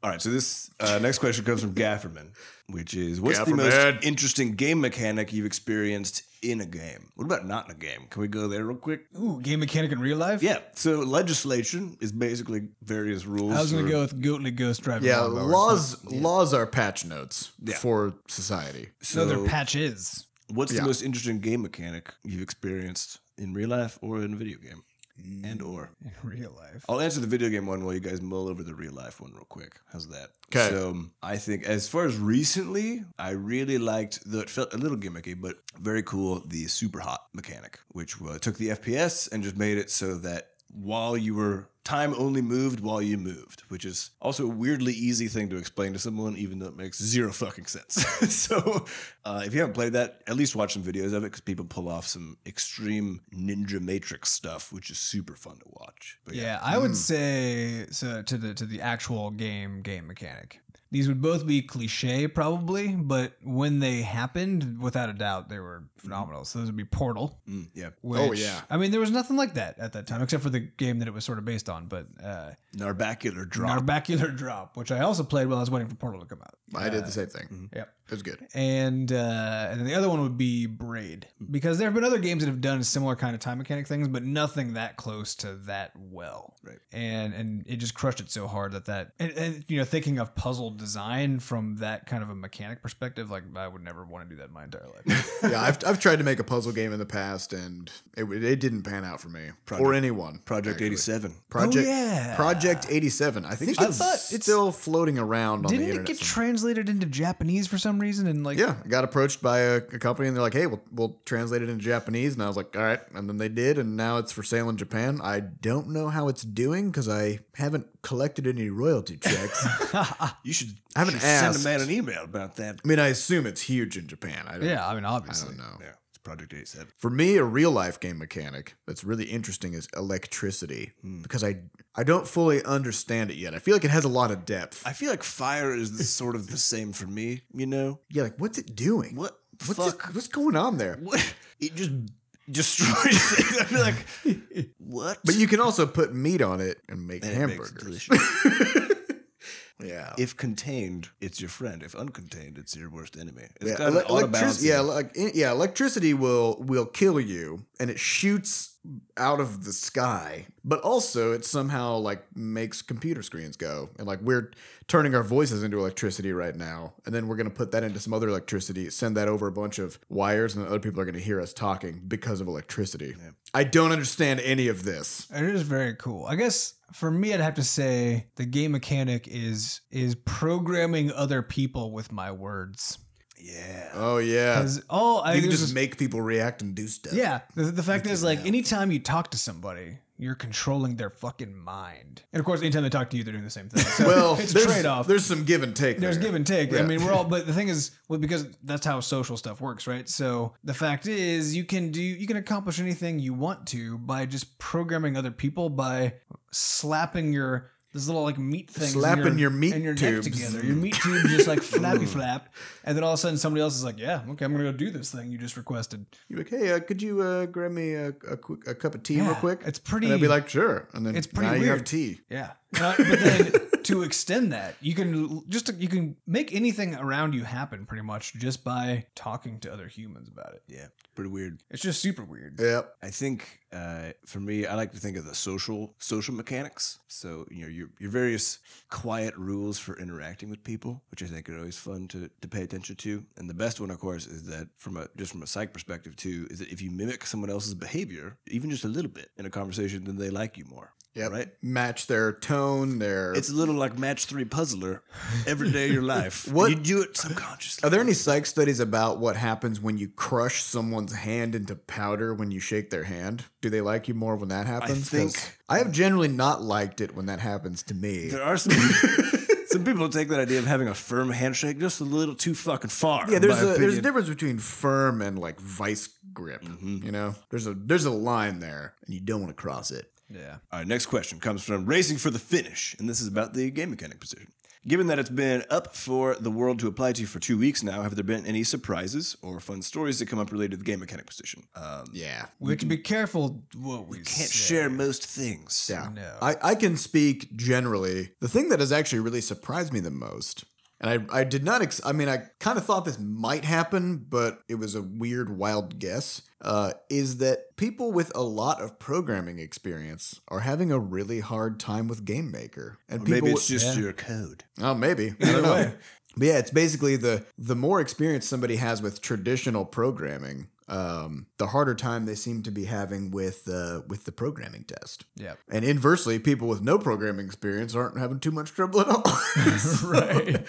All right, so this uh, next question comes from Gafferman, which is what's the Gafferman. most interesting game mechanic you've experienced in a game? What about not in a game? Can we go there real quick? Ooh, game mechanic in real life. Yeah. So legislation is basically various rules. I was gonna for- go with goatly ghost driving. Yeah, lawnmowers. laws laws are patch notes Yeah. for society. No, So they're patches. what's yeah. the most interesting game mechanic you've experienced in real life or in a video game? And or In real life. I'll answer the video game one while you guys mull over the real life one real quick. How's that? 'Kay. So I think as far as recently, I really liked the it felt a little gimmicky, but very cool the super hot mechanic, which uh, took the FPS and just made it so that while you were time only moved while you moved, which is also a weirdly easy thing to explain to someone, even though it makes zero fucking sense. so uh, if you haven't played that, at least watch some videos of it because people pull off some extreme ninja matrix stuff, which is super fun to watch. But Yeah, I Hmm. would say so to the to the actual game game mechanic. These would both be cliche probably, but when they happened, without a doubt, they were phenomenal. So those would be Portal. Mm, yeah. Which, Oh, yeah. I mean, there was nothing like that at that time, except for the game that it was sort of based on. But uh, Narbacular drop. Narbacular Drop, which I also played while I was waiting for Portal to come out. I did the same thing. Yep. It was good. and uh, and then the other one would be Braid because there have been other games that have done similar kind of time mechanic things, but nothing that close to that well. Right. And and it just crushed it so hard that that and, and you know thinking of puzzle design from that kind of a mechanic perspective, like I would never want to do that in my entire life. yeah, I've, I've tried to make a puzzle game in the past and it, it didn't pan out for me Project- or anyone. Project actually. 87. Project Oh, yeah. Project 87. I think I it's thought it's- still floating around on the Didn't it internet. get somewhere. translated into Japanese for some some reason and like Yeah, I got approached by a, a company and they're like, "Hey, we'll, we'll translate it into Japanese." And I was like, "All right." And then they did, and now it's for sale in Japan. I don't know how it's doing because I haven't collected any royalty checks. I You should, I haven't should send a asked. man an email about that. mean, I assume it's huge in Japan. I don't, yeah, I mean I obviously. don't know. Yeah, it's Project 87. For me, a real life game mechanic that's really interesting is electricity Hmm. because I I don't fully understand it yet. I feel like it has a lot of depth. I feel like fire is the, sort of the same for me, you know? yeah, like what's it doing? What the What's it- fuck? what's going on there? What? It just destroys things. I'd be like, what? But you can also put meat on it and make And it makes it hamburgers. delicious. yeah. if contained, it's your friend. If uncontained, it's your worst enemy. It's yeah, got an ele- electric- autobalance. yeah, like i- yeah, electricity will will kill you, and it shoots out of the sky. But also, it somehow like makes computer screens go, and like we're turning our voices into electricity right now, and then we're gonna put that into some other electricity, send that over a bunch of wires, and then other people are gonna hear us talking because of electricity. I don't understand any of this. It is very cool. I guess for me, I'd have to say the game mechanic is is programming other people with my words. yeah. Oh yeah, Because all I you can Uh, there's just this- make people react and do stuff. yeah. The, the fact is, like, anytime you talk to somebody, you're controlling their fucking mind. And of course, anytime they talk to you, they're doing the same thing. So Well, it's a there's- trade off. There's some give and take. There's there. give and take. I Yeah. mean, we're all, but the thing is, well, because that's how social stuff works, right? So the fact is, you can do, you can accomplish anything you want to by just programming other people by slapping your this little like meat thing, Slapping your meat and your neck tubes. Mm. together. Your meat tube just like flappy flap, and then all of a sudden somebody else is like, yeah, okay, I'm gonna go do this thing you just requested. You're like, hey, uh, could you uh, grab me a, a quick a cup of tea real Yeah, quick? it's pretty- And I'd be like, sure. And then it's pretty now you have weird. tea. Yeah, And I- Uh, but then to extend that, you can l- just you can make anything around you happen pretty much just by talking to other humans about it. Yeah. Pretty weird. It's just super weird. Yep. I think uh, for me, I like to think of the social social mechanics. So you know your your various quiet rules for interacting with people, which I think are always fun to to pay attention to. And the best one, of course, is that from a just from a psych perspective too, is that if you mimic someone else's behavior, even just a little bit in a conversation, then they like you more. Yep. Right. Match their tone, their. It's a little like match three puzzler every day of your life. What- you do it subconsciously. Are there any psych studies about what happens when you crush someone's hand into powder when you shake their hand? Do they like you more when that happens? 'Cause think- I have generally not liked it when that happens to me. There are some some people take that idea of having a firm handshake just a little too fucking far. Yeah, there's a, in my there's a opinion. difference between firm and like vice grip. Mm-hmm. You know, there's a there's a line there, and you don't want to cross it. Yeah. All right, next question comes from Racing for the Finish, and this is about the game mechanic position. Given that it's been up for the world to apply to for two weeks now, have there been any surprises or fun stories that come up related to the game mechanic position? Um, Yeah, We have to be careful what we can't say. share most things. Yeah. No. I, I can speak generally. The thing that has actually really surprised me the most, and I, I did not, ex- I mean, I kind of thought this might happen, but it was a weird, wild guess, uh, is that people with a lot of programming experience are having a really hard time with Game Maker. And Or people, Maybe it's just yeah. your code. Oh, maybe. I don't Either know. way. But yeah, it's basically the the more experience somebody has with traditional programming, um, the harder time they seem to be having with uh, with the programming test. Yeah. And inversely, people with no programming experience aren't having too much trouble at all. So, Right.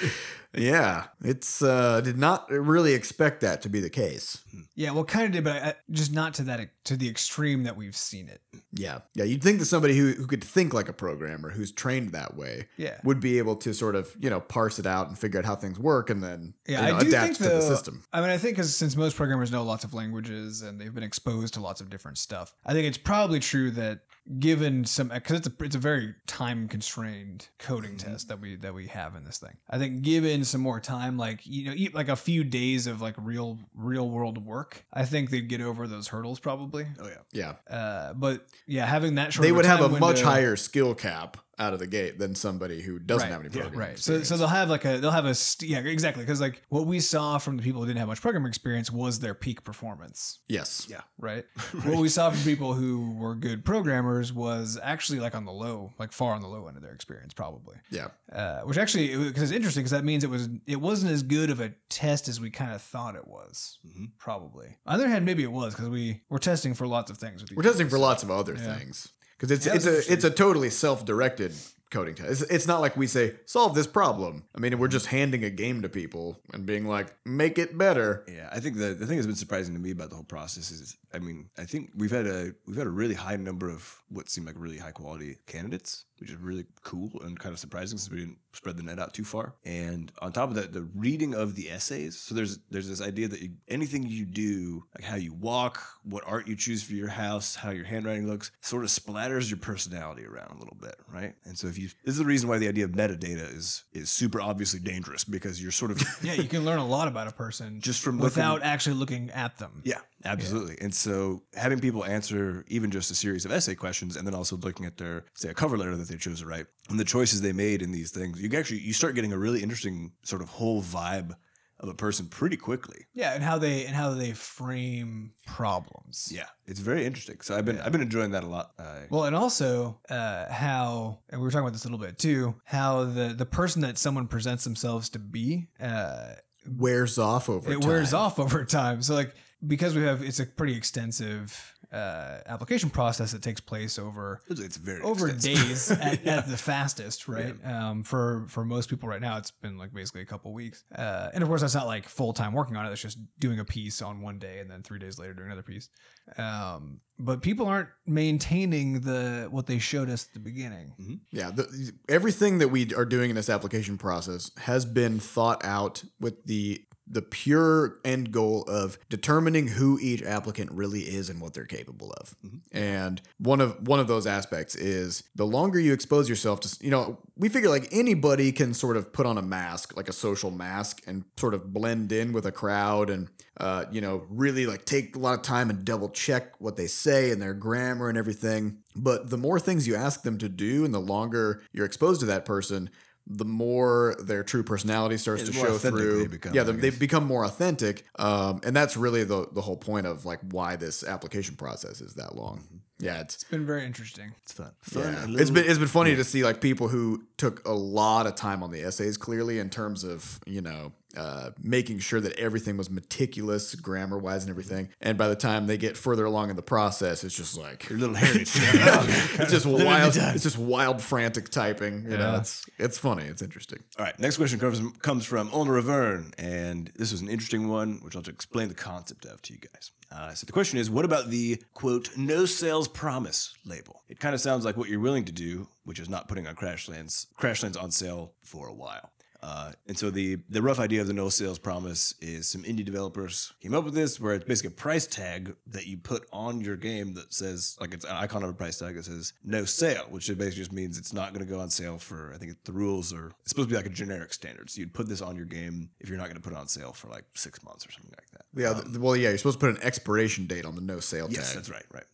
Yeah. It's uh did not really expect that to be the case. Yeah. Well, kind of did, but I, just not to that e, to the extreme that we've seen it. Yeah. Yeah, you'd think that somebody who who could think like a programmer, who's trained that way, Yeah. would be able to sort of, you know, parse it out and figure out how things work and then Yeah, you know, I do adapt think to the though- system. I mean, I think 'cause since most programmers know lots of languages and they've been exposed to lots of different stuff, I think it's probably true that given some because it's a it's a very time constrained coding Mm-hmm. test that we that we have in this thing. I think given some more time, like you know, e- like a few days of like real real world work, I think they'd get over those hurdles probably. Oh, yeah. Yeah. Uh, but yeah, having that short They of would have a time much window- higher skill cap out of the gate than somebody who doesn't Right, have any yeah, programming. Right. So, so they'll have like a they'll have a st- yeah exactly because like what we saw from the people who didn't have much programming experience was their peak performance. yes. Yeah. Right. What we saw from people who were good programmers was actually like on the low, like far on the low end of their experience, probably. Yeah. Uh, which actually because it's interesting because that means it was it wasn't as good of a test as we kind of thought it was. Mhm. Probably. On the other hand, maybe it was because we were testing for lots of things. With these We're testing guys. for lots of other Yeah. things because it's Yeah, it's that's a interesting. it's a totally self directed coding test. It's, it's not like we say solve this problem. I mean, we're just handing a game to people and being like make it better. Yeah, I think the, the thing that's been surprising to me about the whole process is, I mean, I think we've had a we've had a really high number of what seem like really high quality candidates, which is really cool and kind of surprising since we didn't spread the net out too far. And on top of that, the reading of the essays. So there's there's this idea that you, anything you do, like how you walk, what art you choose for your house, how your handwriting looks, sort of splatters your personality around a little bit, right? And so if you this is the reason why the idea of metadata is is super obviously dangerous because you're sort of Yeah, you can learn a lot about a person just from looking- without actually looking at them. yeah, absolutely. And so having people answer even just a series of essay questions and then also looking at their say a cover letter that they chose to write and the choices they made in these things, you actually you start getting a really interesting sort of whole vibe of a person pretty quickly. Yeah, and how they and how they frame problems. Yeah, it's very interesting. So I've been I've been enjoying that a lot. Uh, Well, and also uh, how, and we were talking about this a little bit too, how the the person that someone presents themselves to be, uh, Wears off over it time. wears off over time. So like because we have, it's a pretty extensive uh, application process that takes place over it's, it's very over extensive. days at, at the fastest, right? Um, for for most people right now, it's been like basically a couple weeks. Uh, and of course, that's not like full time working on it. That's just doing a piece on one day and then three days later doing another piece. Um, but people aren't maintaining the what they showed us at the beginning. Yeah, the, everything that we are doing in this application process has been thought out with the the pure end goal of determining who each applicant really is and what they're capable of. And one of one of those aspects is the longer you expose yourself to, s- you know, we figure like anybody can sort of put on a mask, like a social mask and sort of blend in with a crowd and uh, you know, really like take a lot of time and double check what they say and their grammar and everything. But the more things you ask them to do and the longer you're exposed to that person, the more their true personality starts Yeah, to the more show authentic through. they become, yeah, I the, they guess. become more authentic. Um, and that's really the, the whole point of like why this application process is that Mm-hmm. long. Yeah, it's It's been very interesting. It's fun. Fun. yeah. and It's little- been it's been funny to see like people who took a lot of time on the essays clearly in terms of you know uh, making sure that everything was meticulous grammar wise and everything and by the time they get further along in the process it's just like your little heritage. it's just wild it's just wild frantic typing you know Yeah. it's it's funny it's interesting All right, next question comes comes from Ona Ravern, and this was an interesting one, which I'll just explain the concept of to you guys. Uh, so the question is, what about the quote no sales promise label? It kind of sounds like what you're willing to do, which is not putting on Crashlands Crashlands on sale for a while. Uh, and so the the rough idea of the no sales promise is some indie developers came up with this, where it's basically a price tag that you put on your game that says like it's an icon of a price tag that says no sale, which it basically just means it's not going to go on sale for. I think the rules are it's supposed to be like a generic standard, so you'd put this on your game if you're not going to put it on sale for like six months or something like that. yeah th- well yeah you're supposed to put an expiration date on the no sale Yes, tag that's right, right.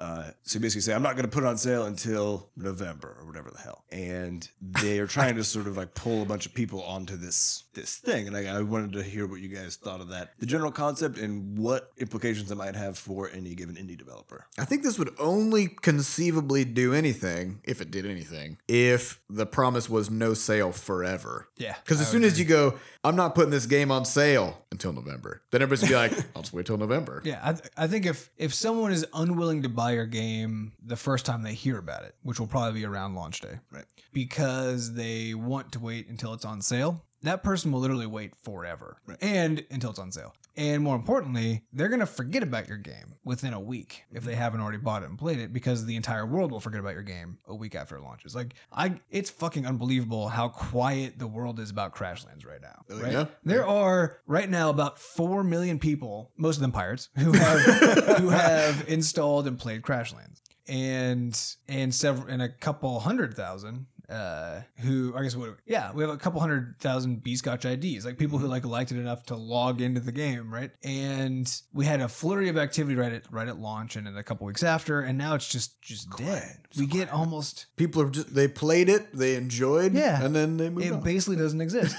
Uh, so you basically say, I'm not going to put it on sale until November or whatever the hell. And they are trying to sort of like pull a bunch of people onto this this thing. And I, I wanted to hear what you guys thought of that, the general concept, and what implications it might have for any given indie developer. I think this would only conceivably do anything if it did anything if the promise was no sale forever Yeah, Because as I soon would as you go, I'm not putting this game on sale until November. Then everybody's gonna be like, I'll just wait till November. Yeah, I, th- I think if if someone is unwilling to buy your game the first time they hear about it, which will probably be around launch day, Right. Because they want to wait until it's on sale, that person will literally wait forever Right. and until it's on sale. And more importantly, they're gonna forget about your game within a week if Mhm. they haven't already bought it and played it, because the entire world will forget about your game a week after it launches. Like I, it's fucking unbelievable how quiet the world is about Crashlands right now. Oh, right? yeah. There are right now about four million people, most of them pirates, who have who have installed and played Crashlands, and and several and a couple hundred thousand. Uh, who I guess what? Yeah, we have a couple hundred thousand B Scotch IDs, like people who like liked it enough to log into the game, right? And we had a flurry of activity right at right at launch, and then a couple weeks after, and now it's just just dead. We get almost People are just they played it, they enjoyed, Yeah. and then they moved it on. basically doesn't exist,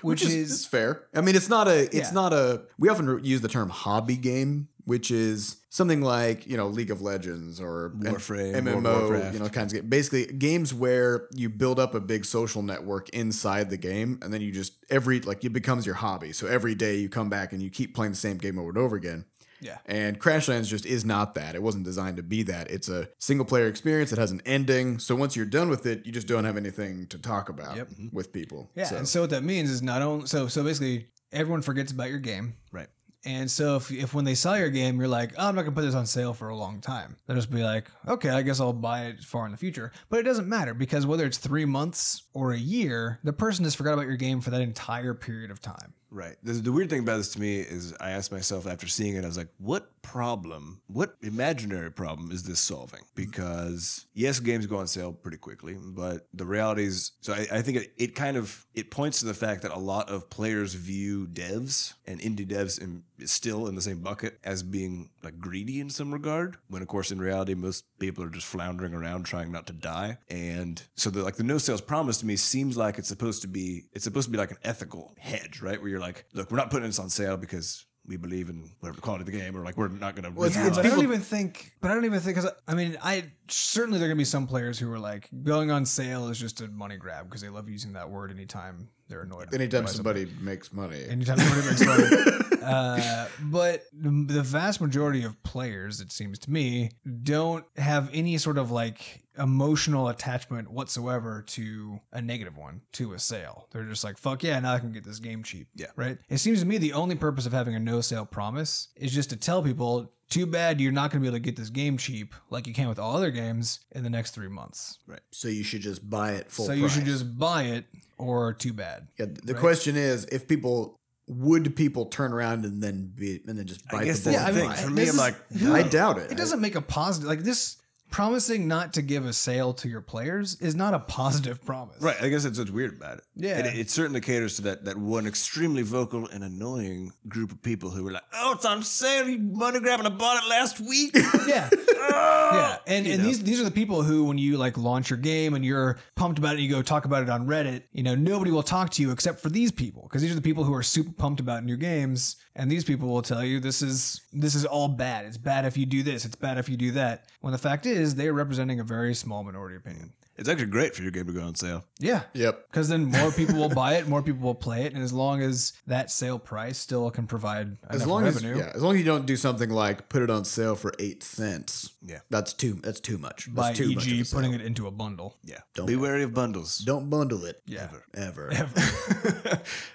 which, is, it's fair. I mean, it's not a it's Yeah. not a. We often re- use the term hobby game, which is something like you know League of Legends or M- Warframe, World of MMO, Warcraft. you know, kinds of ga- basically games where you build up a big social network inside the game, and then you just every like it becomes your hobby. So every day you come back and you keep playing the same game over and over again. Yeah. And Crashlands just is not that. It wasn't designed to be that. It's a single player experience. It has an ending. So once you're done with it, you just don't have anything to talk about Yep. mm-hmm. with people. Yeah, So, and so what that means is not only so so basically everyone forgets about your game, Right. And so if if when they sell your game, you're like, oh, I'm not gonna put this on sale for a long time. They'll just be like, okay, I guess I'll buy it far in the future. But it doesn't matter because whether it's three months or a year, the person has forgot about your game for that entire period of time. Right. The, the weird thing about this to me is I asked myself after seeing it, I was like, what problem, what imaginary problem is this solving? Because yes, games go on sale pretty quickly, but the reality is, so I, I think it, it kind of, it points to the fact that a lot of players view devs and indie devs in, still in the same bucket as being like greedy in some regard, when of course in reality, most people are just floundering around trying not to die. And so the, like the no sales promise to me seems like it's supposed to be, it's supposed to be like an ethical hedge, right? Where you're like, look, we're not putting this on sale because we believe in whatever the quality of the game, or like we're not going to. Well, it's- Yeah, it's but I don't people- even think. But I don't even think because I mean, I certainly there are gonna be some players who are like going on sale is just a money grab because they love using that word anytime they're annoyed. anytime by something. somebody makes money. Anytime somebody makes money. Uh, but the vast majority of players, it seems to me, don't have any sort of like emotional attachment whatsoever to a negative one, to a sale. They're just like, fuck yeah, now I can get this game cheap. Yeah. Right? It seems to me the only purpose of having a no sale promise is just to tell people, too bad you're not going to be able to get this game cheap like you can with all other games in the next three months. So you should just buy it full so you should just buy it or too bad. Yeah, the Right. question is if people would people turn around and then be and then just bite I guess the that's bullet? Yeah, I the thing. mean, For me, this I'm is- like, I no. doubt it. It doesn't make a positive like this promising not to give a sale to your players is not a positive promise. Right, I guess that's what's weird about it. Yeah. and it, it certainly caters to that that one extremely vocal and annoying group of people who were like, "Oh, it's on sale! You money grabbing! I bought it last week." Yeah. yeah. And and know. these these are the people who when you like launch your game and you're pumped about it and you go talk about it on Reddit, you know, nobody will talk to you except for these people because these are the people who are super pumped about new games and these people will tell you this is this is all bad. It's bad if you do this, it's bad if you do that. When the fact is they're representing a very small minority opinion. It's actually great for your game to go on sale. Yeah. Yep. Because then more people will buy it, more people will play it, and as long as that sale price still can provide As enough long as, revenue, yeah, as long as you don't do something like put it on sale for eight cents. Yeah. That's too that's too much. That's by too much of a e.g. sale. putting E it into a bundle. Yeah. Don't- Be wary of bundles. Don't bundle it. Yeah. Ever.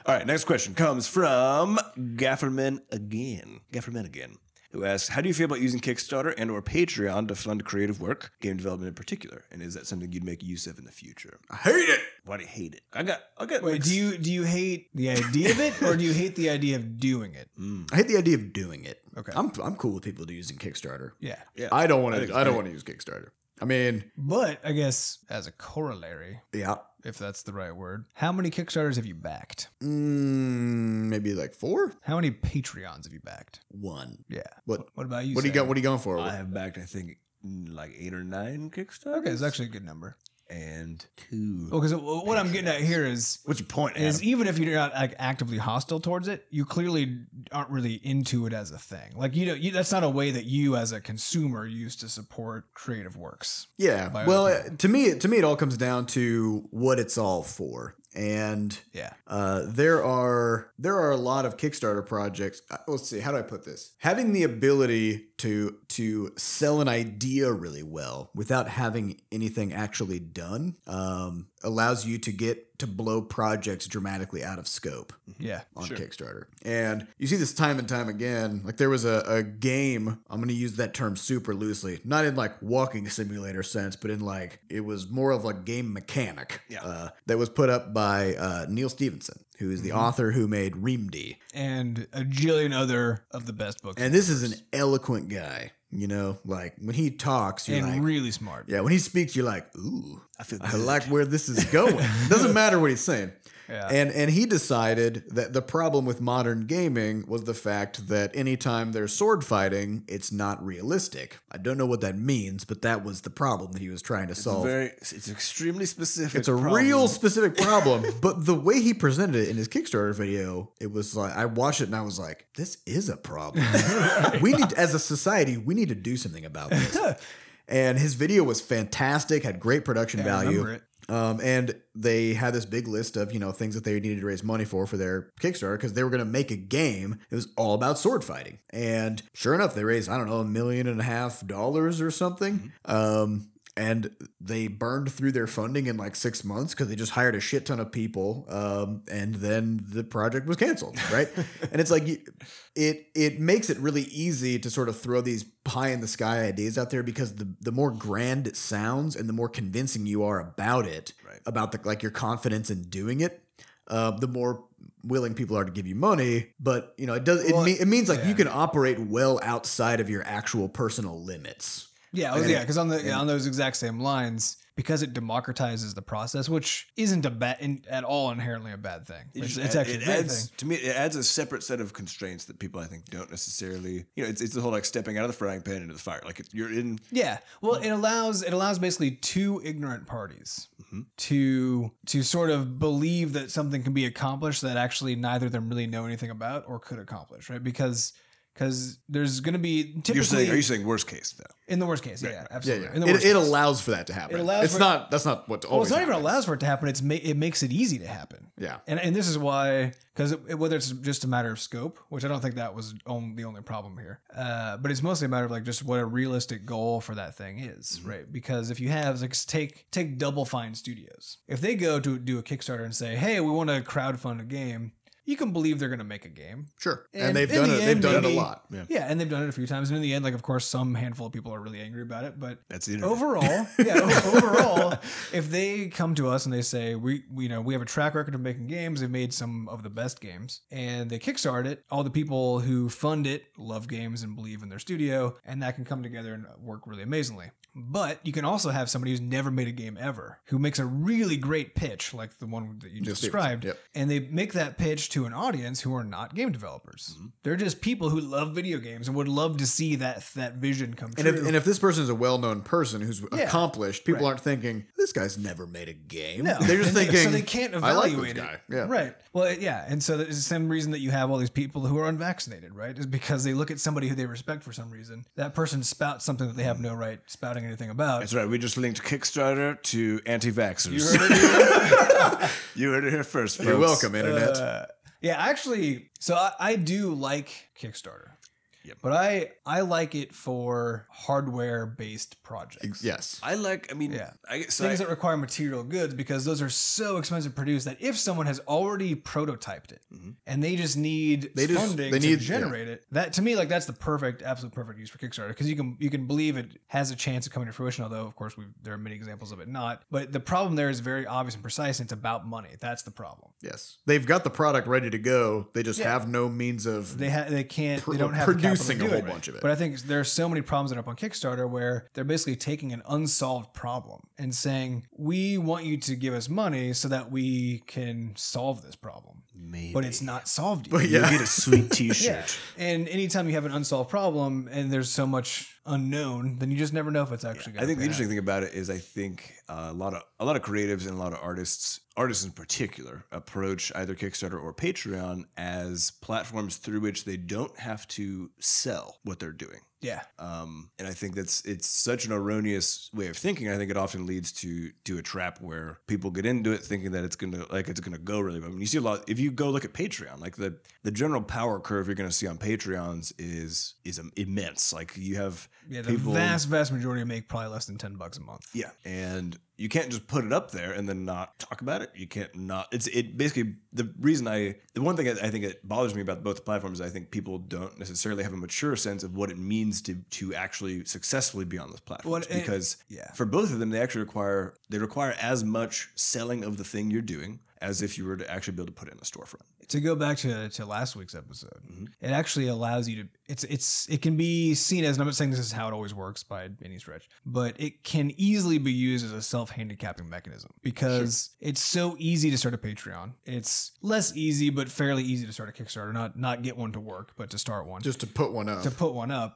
All right, next question comes from Gafferman again. Gafferman again, who asks, "How do you feel about using Kickstarter and or Patreon to fund creative work, game development in particular? And is that something you'd make use of in the future?" I hate it. Why do you hate it? I got I got Wait, mixed- do you do you hate the idea of it, or do you hate the idea of doing it? Mm. Um, I hate the idea of doing it. Okay. I'm I'm cool with people using Kickstarter. Yeah, Yeah. I don't want I think to it's I, don't great. want to use Kickstarter. I mean, but I guess as a corollary, yeah. if that's the right word, how many Kickstarters have you backed? Mm, maybe like four? How many Patreons have you backed? One. Yeah. What What about you? what do you Sam? got what are you going for? I have backed I think like 8 or 9 Kickstarters. Okay, it's actually a good number. and 2. Well, because what I'm getting at here is What's your point? is Adam? even if you're not like actively hostile towards it, you clearly aren't really into it as a thing. Like you know, you, that's not a way that you as a consumer use to support creative works. Yeah. by Well, other uh, to me, to me, it all comes down to what it's all for, and Yeah. uh, there are there are a lot of Kickstarter projects. Uh, let's see, how do I put this? Having the ability to to sell an idea really well without having anything actually done um, allows you to get to blow projects dramatically out of scope Yeah. on Sure. Kickstarter. And you see this time and time again. Like there was a, a game, I'm gonna use that term super loosely, not in like walking simulator sense, but in like it was more of a game mechanic Yeah. uh, that was put up by uh, Neil Stevenson, who is the Mm-hmm. author who made Reamd. And a jillion other of the best books. And this is an eloquent guy, you know, like when he talks, you're and like really smart. yeah, when he speaks, you're like, ooh, I feel I good. like where this is going. Doesn't matter what he's saying. Yeah. And and he decided that the problem with modern gaming was the fact that anytime there's sword fighting, it's not realistic. I don't know what that means, but that was the problem that he was trying to it's solve. very it's extremely specific. it's a problem. real specific problem, but the way he presented it in his Kickstarter video, it was like I watched it and I was like, "This is a problem. we need, as a society, we need to do something about this." And his video was fantastic, had great production I value. remember it. Um, and they had this big list of you know things that they needed to raise money for for their Kickstarter because they were going to make a game. It was all about sword fighting, and sure enough, they raised I don't know a million and a half dollars or something. Um, and they burned through their funding in like six months because they just hired a shit ton of people, um, and then the project was canceled, right? and it's like you- it it makes it really easy to sort of throw these pie in the sky ideas out there because the the more grand it sounds and the more convincing you are about it, Right. about the like your confidence in doing it, uh, the more willing people are to give you money. But you know, it does it, Well, me- it means like yeah. you can operate well outside of your actual personal limits. Yeah, oh, And- yeah, because on the and- on those exact same lines, because it democratizes the process, which isn't a bad in, at all inherently a bad thing. It It's, just it's add- actually a it great adds thing. to me. It adds a separate set of constraints that people I think don't necessarily. You know, it's, it's the whole like stepping out of the frying pan into the fire. Like it, you're in. Yeah, well, it allows it allows basically two ignorant parties Mhm. to to sort of believe that something can be accomplished that actually neither of them really know anything about or could accomplish, right? Because because there's going to be typically You're saying. Are you saying worst case though? in the worst case, yeah, Right, yeah, right. Yeah, absolutely. yeah. In the It, worst it case. allows for that to happen. It allows it's for- not. That's not what. Well, it's always not even happens. allows for it to happen. It's ma- it makes it easy to happen. Yeah. and and this is why because it, whether it's just a matter of scope, which I don't think that was on, the only problem here, uh, but it's mostly a matter of like just what a realistic goal for that thing is, right? Because if you have like take take Double Fine Studios, if they go to do a Kickstarter and say, hey, we want to crowdfund a game, you can believe they're going to make a game, Sure. And, And they've in done the it. They've end, done it maybe- a lot. Yeah. yeah, and they've done it a few times, and in the end, like of course, some handful of people are really angry about it, but That's the internet. overall yeah o- overall if they come to us and they say we we- you know we have a track record of making games they've made some of the best games and they kickstart it all the people who fund it love games and believe in their studio and that can come together and work really amazingly but you can also have somebody who's never made a game ever who makes a really great pitch like the one that you just Just described Yep. and they make that pitch to an audience who are not game developers Mm-hmm. they're just people who love video games and would love to see that that vision come And true if, and if this person is a well-known person who's Yeah. accomplished, people Right. aren't thinking this guy's never made a game. No. They're just And they- thinking so they can't I like this evaluate it. guy. Yeah. Right. Well, it- yeah. And so it's the same reason that you have all these people who are unvaccinated, right? Is because they look at somebody who they respect for some reason. That person spouts something that they have no right spouting anything about. That's right. We just linked Kickstarter to anti-vaxxers. You heard it here first. Folks. You're welcome, internet. Uh, yeah, actually, so I, I do like Kickstarter. Yep. But I I like it for hardware based projects. yes. I like. I mean, Yeah. I, so I- Things that require material goods because those are so expensive to produce that if someone has already prototyped it Mhm. and they just need Mm-hmm. They just- funding they to need- generate it, that to me like that's the perfect, absolute perfect use for Kickstarter because you can you can believe it has a chance of coming to fruition. Although of course we there are many examples of it not, but the problem there is very obvious and precise. and It's about money. That's the problem. Yes. They've got the product ready to go. They just Yeah. have no means of They ha- they can't pr- they don't have the capital to producing do a whole it. bunch of it. But I think there are so many problems that are up on Kickstarter where they're basically taking an unsolved problem and saying, "We want you to give us money so that we can solve this problem," maybe. but it's not solved yet. But You yeah. get a sweet T-shirt. Yeah. And anytime you have an unsolved problem and there's so much unknown, then you just never know if it's actually. I gonna think the pan interesting out. thing about it is I think uh, a lot of a lot of creatives and a lot of artists, artists in particular, approach either Kickstarter or Patreon as platforms through which they don't have to sell what they're doing. yeah, Um, and I think that's it's such an erroneous way of thinking. I think it often leads to to a trap where people get into it thinking that it's gonna like it's gonna go really. well. I mean, you see a lot if you go look at Patreon, like the the general power curve you're gonna see on Patreons is is um, immense. Like you have yeah. The people- vast, vast majority make probably less than ten bucks a month. yeah, and you can't just put it up there and then not talk about it. You can't not. It's it basically the reason I the one thing I, I think that bothers me about both the platforms is I think people don't necessarily have a mature sense of what it means to to actually successfully be on those platforms Well, it- because Yeah, for both of them they actually require they require as much selling of the thing you're doing as if you were to actually be able to put it in a storefront. to go back to, to last week's episode Mhm. it actually allows you to it's it's it can be seen as and i'm not saying this is how it always works by any stretch but it can easily be used as a self-handicapping mechanism because it's so easy to start a patreon it's less easy but fairly easy to start a kickstarter not not get one to work but to start one just to put one up. to put one up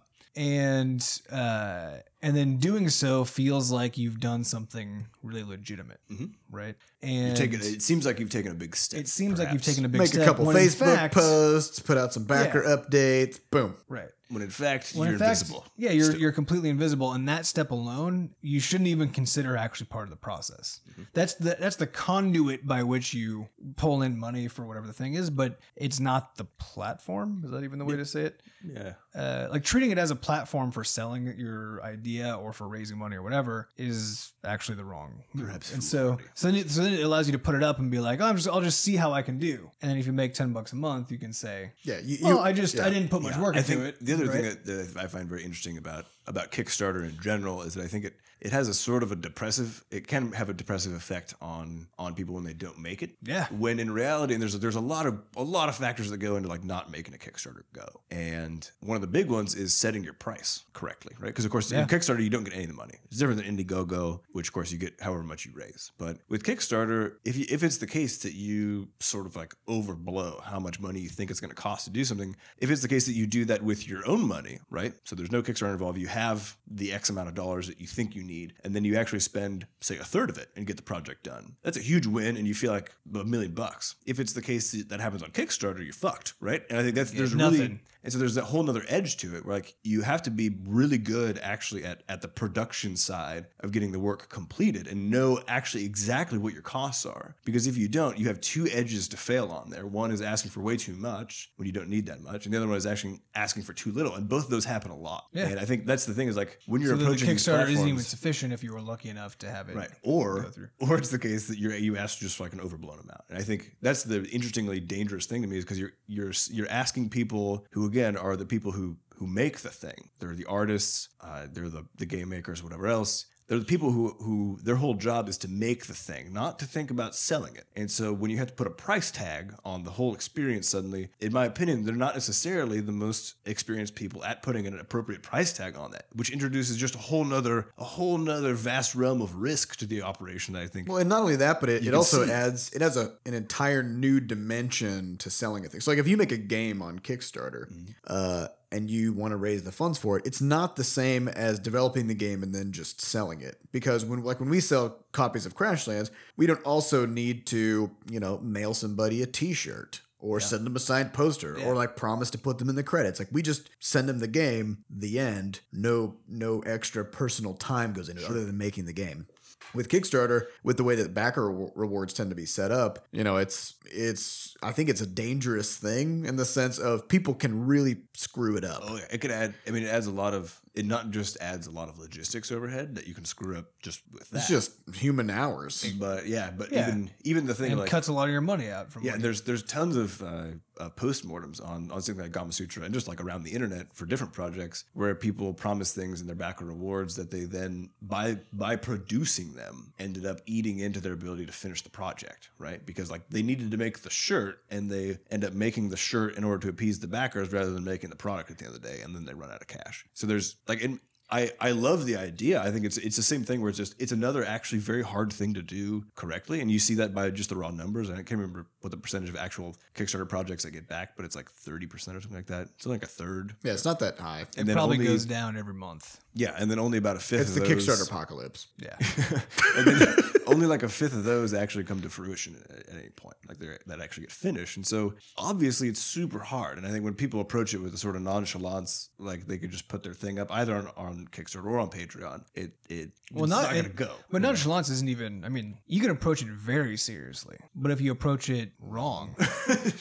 and uh and then doing so feels like you've done something really legitimate Mhm. right and You take it. It seems like you've taken a big step. it seems like you've perhaps. taken a big Make step a couple when in Facebook fact- posts, put out some backer updates. Boom. Right. When in fact, When you're in fact, invisible. Yeah, you're still. you're completely invisible, and that step alone, you shouldn't even consider actually part of the process. Mm-hmm. That's the that's the conduit by which you pull in money for whatever the thing is, but it's not the platform. Is that even the way to say it? yeah. Uh, like treating it as a platform for selling your idea or for raising money or whatever is actually the wrong move. Perhaps and so foolhardy. so then, so then it allows you to put it up and be like, oh, I'm just I'll just see how I can do. And then if you make ten bucks a month, you can say, Yeah, you, well, you- I just yeah. I didn't put much Yeah, work I into think it. the other right? thing that, that I find very interesting about about Kickstarter in general is that I think it it has a sort of a depressive. It can have a depressive effect on on people when they don't make it. Yeah. When in reality, and there's a, there's a lot of a lot of factors that go into like not making a Kickstarter go. And one of the big ones is setting your price correctly, right? Because of course Yeah. in Kickstarter you don't get any of the money. It's different than Indiegogo, which of course you get however much you raise. But with Kickstarter, if you, if it's the case that you sort of like overblow how much money you think it's going to cost to do something, if it's the case that you do that with your own money, right? So there's no Kickstarter involved. You have the X amount of dollars that you think you need, and then you actually spend, say, a third of it and get the project done. That's a huge win, and you feel like a million bucks. If it's the case that that happens on Kickstarter, you're fucked, right? And I think that's there's really nothing. and so there's that whole nother edge to it where like you have to be really good actually at, at the production side of getting the work completed and know actually exactly what your costs are. Because if you don't, you have two edges to fail on there. One is asking for way too much when you don't need that much. And the other one is actually asking for too little. And both of those happen a lot. Yeah. And I think that's the thing is like when you're So then the approaching these Kickstarter isn't even platforms- sufficient if you were lucky enough to have it. Right. Or go through. or it's the case that you're you asked just for like an overblown amount. And I think that's the interestingly dangerous thing to me is because you're you're you're asking people who again are the people who who make the thing. They're the artists, uh, they're the the game makers, whatever else. They're the people who who their whole job is to make the thing, not to think about selling it. And so when you have to put a price tag on the whole experience suddenly, in my opinion, they're not necessarily the most experienced people at putting an appropriate price tag on that, which introduces just a whole nother a whole nother vast realm of risk to the operation that I think Well, and not only that, but it, You it can also see. adds it has a an entire new dimension to selling a thing. So like if you make a game on Kickstarter Mm-hmm. uh, and you want to raise the funds for it, it's not the same as developing the game and then just selling it. Because when like when we sell copies of Crashlands, we don't also need to, you know, mail somebody a t-shirt or send them a signed poster Yeah. or like promise to put them in the credits. Like we just send them the game, the end. No no extra personal time goes into it other than making the game with Kickstarter, with the way that backer re- rewards tend to be set up, you know, it's it's I think it's a dangerous thing in the sense of people can really screw it up. Oh yeah, it could add. I mean, it adds a lot of. It not just adds a lot of logistics overhead that you can screw up just with that. It's just human hours. but yeah, but Yeah. even even the thing and like cuts a lot of your money out from. yeah, what and you- there's there's tons of uh, uh, postmortems on on something like Gama Sutra and just like around the internet for different projects where people promise things in their backer rewards that they then by by producing them ended up eating into their ability to finish the project, right? Because like they needed to make the shirt and they end up making the shirt in order to appease the backers rather than making the product at the end of the day, and then they run out of cash. So there's like in I, I love the idea. I think it's it's the same thing where it's just it's another actually very hard thing to do correctly, and you see that by just the raw numbers. And I can't remember what the percentage of actual Kickstarter projects that get back, but it's like thirty percent or something like that. It's like a third, Yeah, it's not that high. and it then probably only goes down every month. yeah, and then only about a fifth. It's the of those- Kickstarter apocalypse. Yeah. and then only like a fifth of those actually come to fruition at, at any point, like they're that actually get finished. And so obviously it's super hard. And I think when people approach it with a sort of nonchalance, like they could just put their thing up either on, on Kickstarter or on Patreon, it it Well, it's not- not, gonna it- go. But nonchalance isn't even. I mean, you can approach it very seriously, but if you approach it wrong,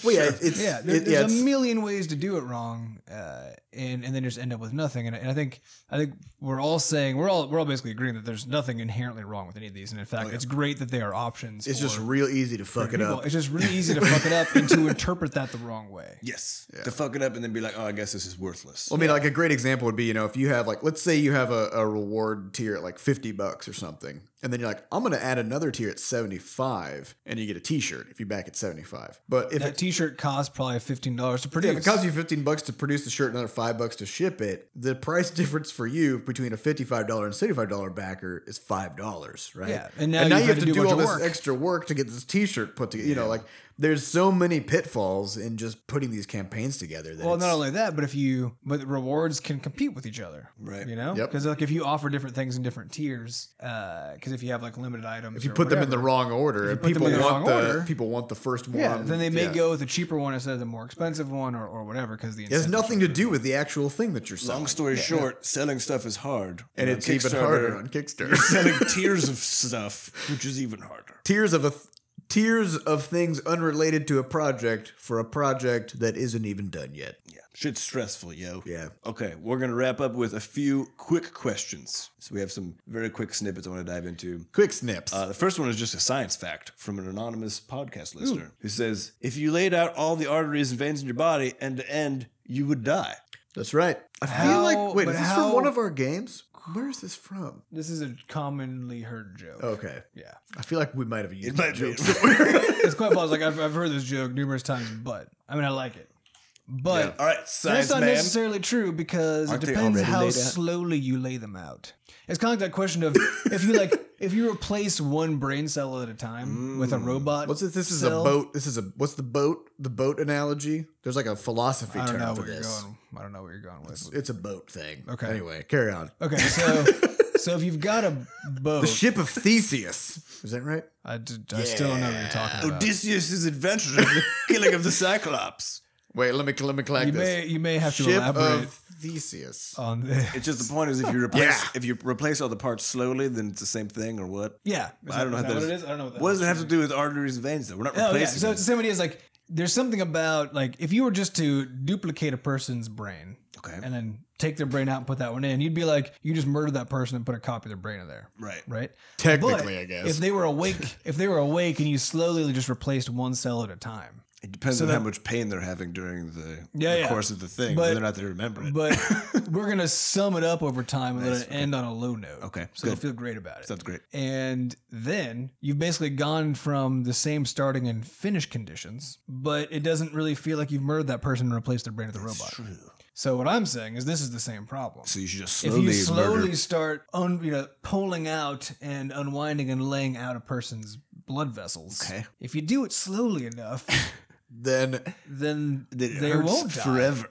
Well, yeah, it's yeah, there- it, there's yeah, a it's- million ways to do it wrong, uh, and and then just end up with nothing. And, I- and I think I think we're all saying we're all we're all basically agreeing that there's nothing inherently wrong with any of these, and in Oh, fact, it's great that they are options. it's just for real easy to fuck it people. up. It's just really easy to fuck it up and to interpret that the wrong way. Yes. To fuck it up and then be like, oh, I guess this is worthless. Well, I mean, like a great example would be, you know, if you have like, let's say you have a, a reward tier at like 50 bucks or something, and then you're like, I'm going to add another tier at 75, and you get a t shirt if you back at 75. But if That it T-shirt costs probably fifteen dollars to produce. Yeah, if it costs you 15 bucks to produce the shirt, another five bucks to ship it, the price difference for you between a $55 and $75 backer is $5, right? Yeah, and now now you've you had have to to do do, a bunch of all this work. extra work to get this t-shirt put together. You know, like there's so many pitfalls in just putting these campaigns together. That Well, not it's- only that, but if you but the rewards can compete with each other, Right. You know, Yep. because like if you offer different things in different tiers, because because if you have like limited items, If you or put them in the whatever- wrong order, you and put them people in the want wrong the order- people want the first one. yeah, then they may yeah. go with the cheaper one instead of the more expensive one or, or whatever because the It has incentives nothing are- to do with the actual thing that you're selling. Long story short, selling stuff is hard, and On it's even Kickstarter, harder on you're Kickstarter. selling tiers of stuff, which is even harder. tiers of a th- tiers of things unrelated to a project for a project that isn't even done yet. Yeah, shit's stressful, yo. Yeah. Okay, we're gonna wrap up with a few quick questions. So we have some very quick snippets I want to dive into. Quick snips. Uh, the first one is just a science fact from an anonymous podcast listener who says, "If you laid out all the arteries and veins in your body end to end, you would die." That's right. I feel How- like wait, but is this how- from one of our games? Where is this from? This is a commonly heard joke. Okay. Yeah, I feel like we might have used It that might be. joke somewhere. it's quite possible. Like I've, I've heard this joke numerous times, but I mean I like it. But all right, That's science not man. necessarily true because Aren't it they depends already how laid out? slowly you lay them out. It's kind of like that question of if you like if you replace one brain cell at a time with a Mm. robot. What's it? This is cell- a boat. This is a what's the boat? The boat analogy? There's like a philosophy I don't know term for where you're this. going. I don't know where you're going with. It's a boat thing. Okay. Anyway, carry on. Okay, so so if you've got a boat, The ship of Theseus. Is that right? I, d- I still don't know what you're Oh, talking about. Odysseus' adventure in the killing of the Cyclops. Wait, let me let me collect You this. may you may have to ship elaborate of Theseus. on this. It's just the point is if you replace Yeah. if you replace all the parts slowly, then it's the same thing or what? Yeah, Is I don't know that- is how that that what is. it is. I don't know what that What does it is. have to do with arteries and veins though? We're not Oh yeah, replacing. so them. it's the same idea as like there's something about like if you were just to duplicate a person's brain, Okay. and then take their brain out and put that one in, you'd be like you just murdered that person and put a copy of their brain in there, right. right? Technically, But I guess. if they were awake, if they were awake, and you slowly just replaced one cell at a time, It depends So on how that- much pain they're having during the, Yeah, the yeah. course of the thing, But- whether or not they remember it. but we're gonna sum it up over time and let it end on a low note. Okay, so they good. feel great about it. Sounds great. And then you've basically gone from the same starting and finish conditions, but it doesn't really feel like you've murdered that person and replaced their brain with a robot. So what I'm saying is this is the same problem. So you should just if slowly, you slowly murder. start un, you know pulling out and unwinding and laying out a person's blood vessels, Okay. if you do it slowly enough, then then Then it they hurts won't die. forever.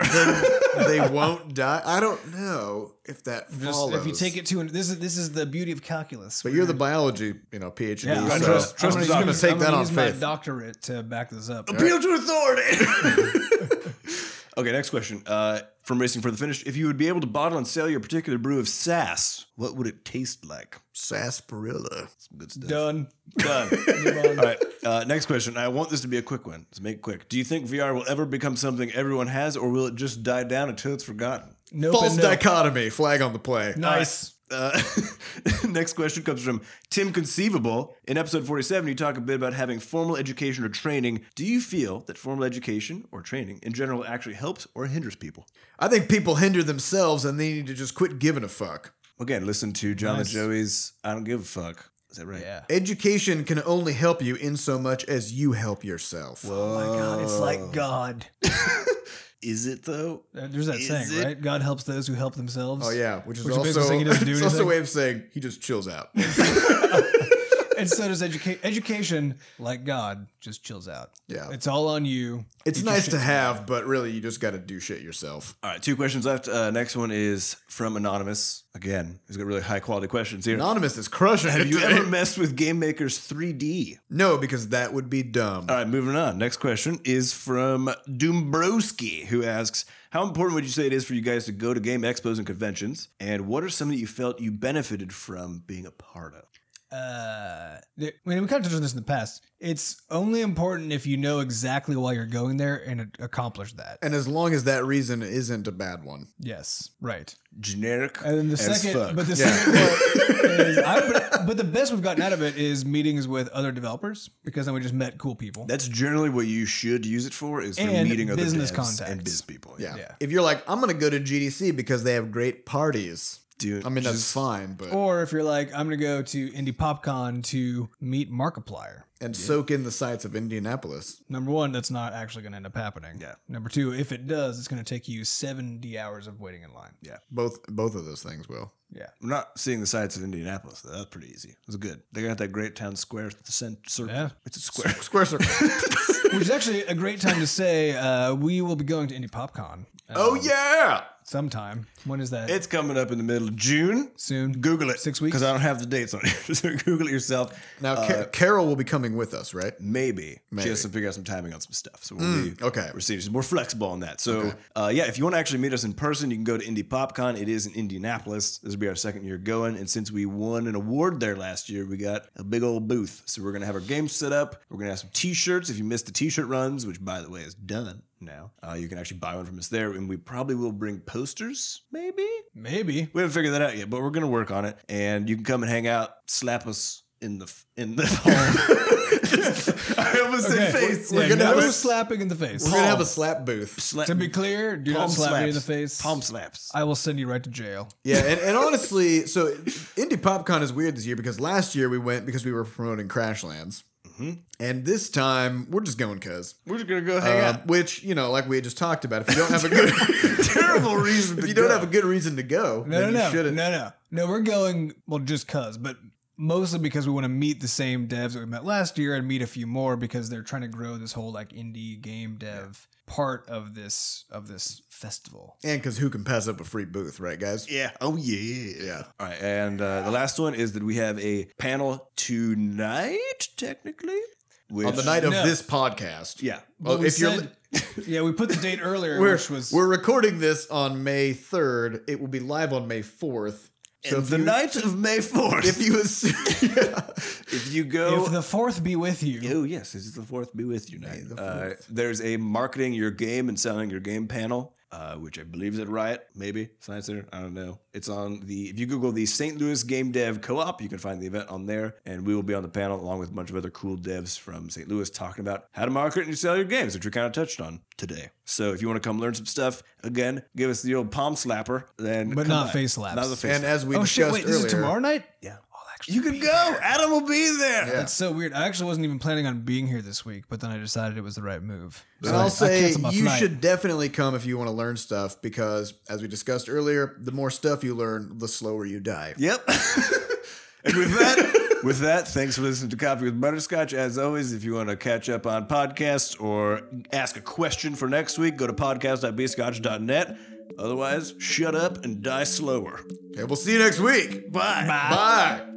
they won't die. I don't know if that Just follows. if you take it to an, this is this is the beauty of calculus. but you're the biology, you know, PhD. yeah. I'm I'm so trust- gonna- trust I'm the gonna doctor. use- I'm gonna take I'm that gonna on use faith. my doctorate to back this up. Appeal to authority. okay, next question. Uh, from Racing for the Finish. If you would be able to bottle and sell your particular brew of sass, what would it taste like? sarsaparilla. Some good stuff. Done. Done. Move on. All right. Uh, next question. I want this to be a quick one. So make it quick. Do you think VR will ever become something everyone has, or will it just die down until it's forgotten? Nope False and nope. dichotomy. Flag on the play. Nice. Uh, next question comes from Tim Conceivable. In episode 47, you talk a bit about having formal education or training. Do you feel that formal education or training in general actually helps or hinders people? I think people hinder themselves and they need to just quit giving a fuck. Again, listen to John Nice. and Joey's I Don't Give a Fuck. Is that right? Yeah. Education can only help you in so much as you help yourself. Oh my God, it's like God. Is it though? Uh, There's that Is saying, it- right? God helps those who help themselves. oh yeah, which is Which is also, basically saying he doesn't do it's also a anything. way of saying he just chills out. And so does education. Education, like God, just chills out. Yeah. It's all on you. It's nice to have, but really you just got to do shit yourself. All right, two questions left. Uh, next one is from Anonymous. Again, he's got really high quality questions here. Anonymous is crushing. Have it you today. ever messed with Game Maker's 3D? No, because that would be dumb. All right, moving on. Next question is from Doombroski, who asks How important would you say it is for you guys to go to game expos and conventions? And what are some that you felt you benefited from being a part of? Uh, th- I mean, we kind of touched on this in the past. It's only important if you know exactly why you're going there and a- accomplish that. and as long as that reason isn't a bad one. Yes, right. Generic. And then the as second, fuck. but the Yeah. second one is, I, but, but the best we've gotten out of it is meetings with other developers because then we just met cool people. That's generally what you should use it for is for And meeting other business devs contacts. and biz people. Yeah. Yeah. If you're like, I'm going to go to GDC because they have great parties. Dude, I mean, that's just- fine, but or if you're like, I'm gonna go to Indie PopCon to meet Markiplier. and soak in the sights of Indianapolis. Number one, that's not actually gonna end up happening. Yeah. Number two, if it does, it's gonna take you 70 hours of waiting in line. Both both of those things will. Yeah. I'm not seeing the sights of Indianapolis. Though. That's pretty easy. It was good. They got that great town square cent- circle. Yeah. It's a square. Square circle. Which is actually a great time to say uh, we will be going to Indie PopCon. Um, oh yeah. sometime. When is that? It's coming up in the middle of June. Soon. Google it. Six weeks? Because I don't have the dates on it. so Google it yourself. Now, Ca- Carol will be coming with us, right? Maybe. She Maybe. Hmm, has to figure out some timing on some stuff. So we'll be okay. We're seeing she's more flexible on that. So uh, yeah, if you want to actually meet us in person, you can go to Indie PopCon. It is in Indianapolis. This will be our second year going. And since we won an award there last year, we got a big old booth. So we're gonna have our game set up. We're gonna have some t-shirts. If you missed the t-shirt runs, which by the way is done now, uh, you can actually buy one from us there. And we probably will bring posters, maybe. Maybe. We haven't figured that out yet, but we're gonna work on it. And you can come and hang out, slap us in the f- in the palm. I almost said Okay. face. Yeah, We're gonna no have a slapping in the face. We're gonna have a slap booth. slap. to be clear, do palm not slap me in slaps. the face. Palm slaps. I will send you right to jail. Yeah, and, and honestly, so Indie PopCon is weird this year because last year we went because we were promoting Crashlands. And this time we're just going cuz. We're just gonna go Uh, which, you know, like we had just talked about, if you don't have a good Terrible reason. if to you don't go. have a good reason to go, No, then no, you no, shouldn't. no, no, no. We're going well, just cause, but mostly because we want to meet the same devs that we met last year and meet a few more because they're trying to grow this whole like indie game dev part of this of this festival. And cuz who can pass up a free booth, right guys? Yeah. Oh yeah. Yeah. All right. And uh, the last one is that we have a panel tonight, technically. Which, On the night of No. this podcast. Yeah. Well, we if you're li- said- yeah, we put the date earlier, We're, which was we're recording this on May 3rd. It will be live on May 4th. So and if the you- night of May fourth. if you assume, if you go. if the fourth be with you. Oh yes, this is the fourth be with you night. the Uh, fourth. there's a marketing your game and selling your game panel, uh, which I believe is at Riot, maybe Science Center. I don't know. It's on the if you Google the St. Louis Game Dev Co-op, you can find the event on there, and we will be on the panel along with a bunch of other cool devs from St. Louis talking about how to market and sell your games, which we kind of touched on today. So if you want to come learn some stuff, again, give us the old palm slapper, then But come not by. face slaps. Not the face. and slap. as we oh shit! discussed Wait, earlier, this is tomorrow night. yeah, I'll actually you can be go. there. Adam will be there. Yeah. That's so weird. I actually wasn't even planning on being here this week, but then I decided it was the right move. And So I- I I'll say canceled my you flight. should definitely come if you want to learn stuff because, as we discussed earlier, the more stuff you learn, the slower you die. Yep. and with that, with that, thanks for listening to Coffee with Butterscotch. As always, if you want to catch up on podcasts or ask a question for next week, go to podcast.bscotch.net. Otherwise, shut up and die slower. Okay, we'll see you next week. Bye. Bye.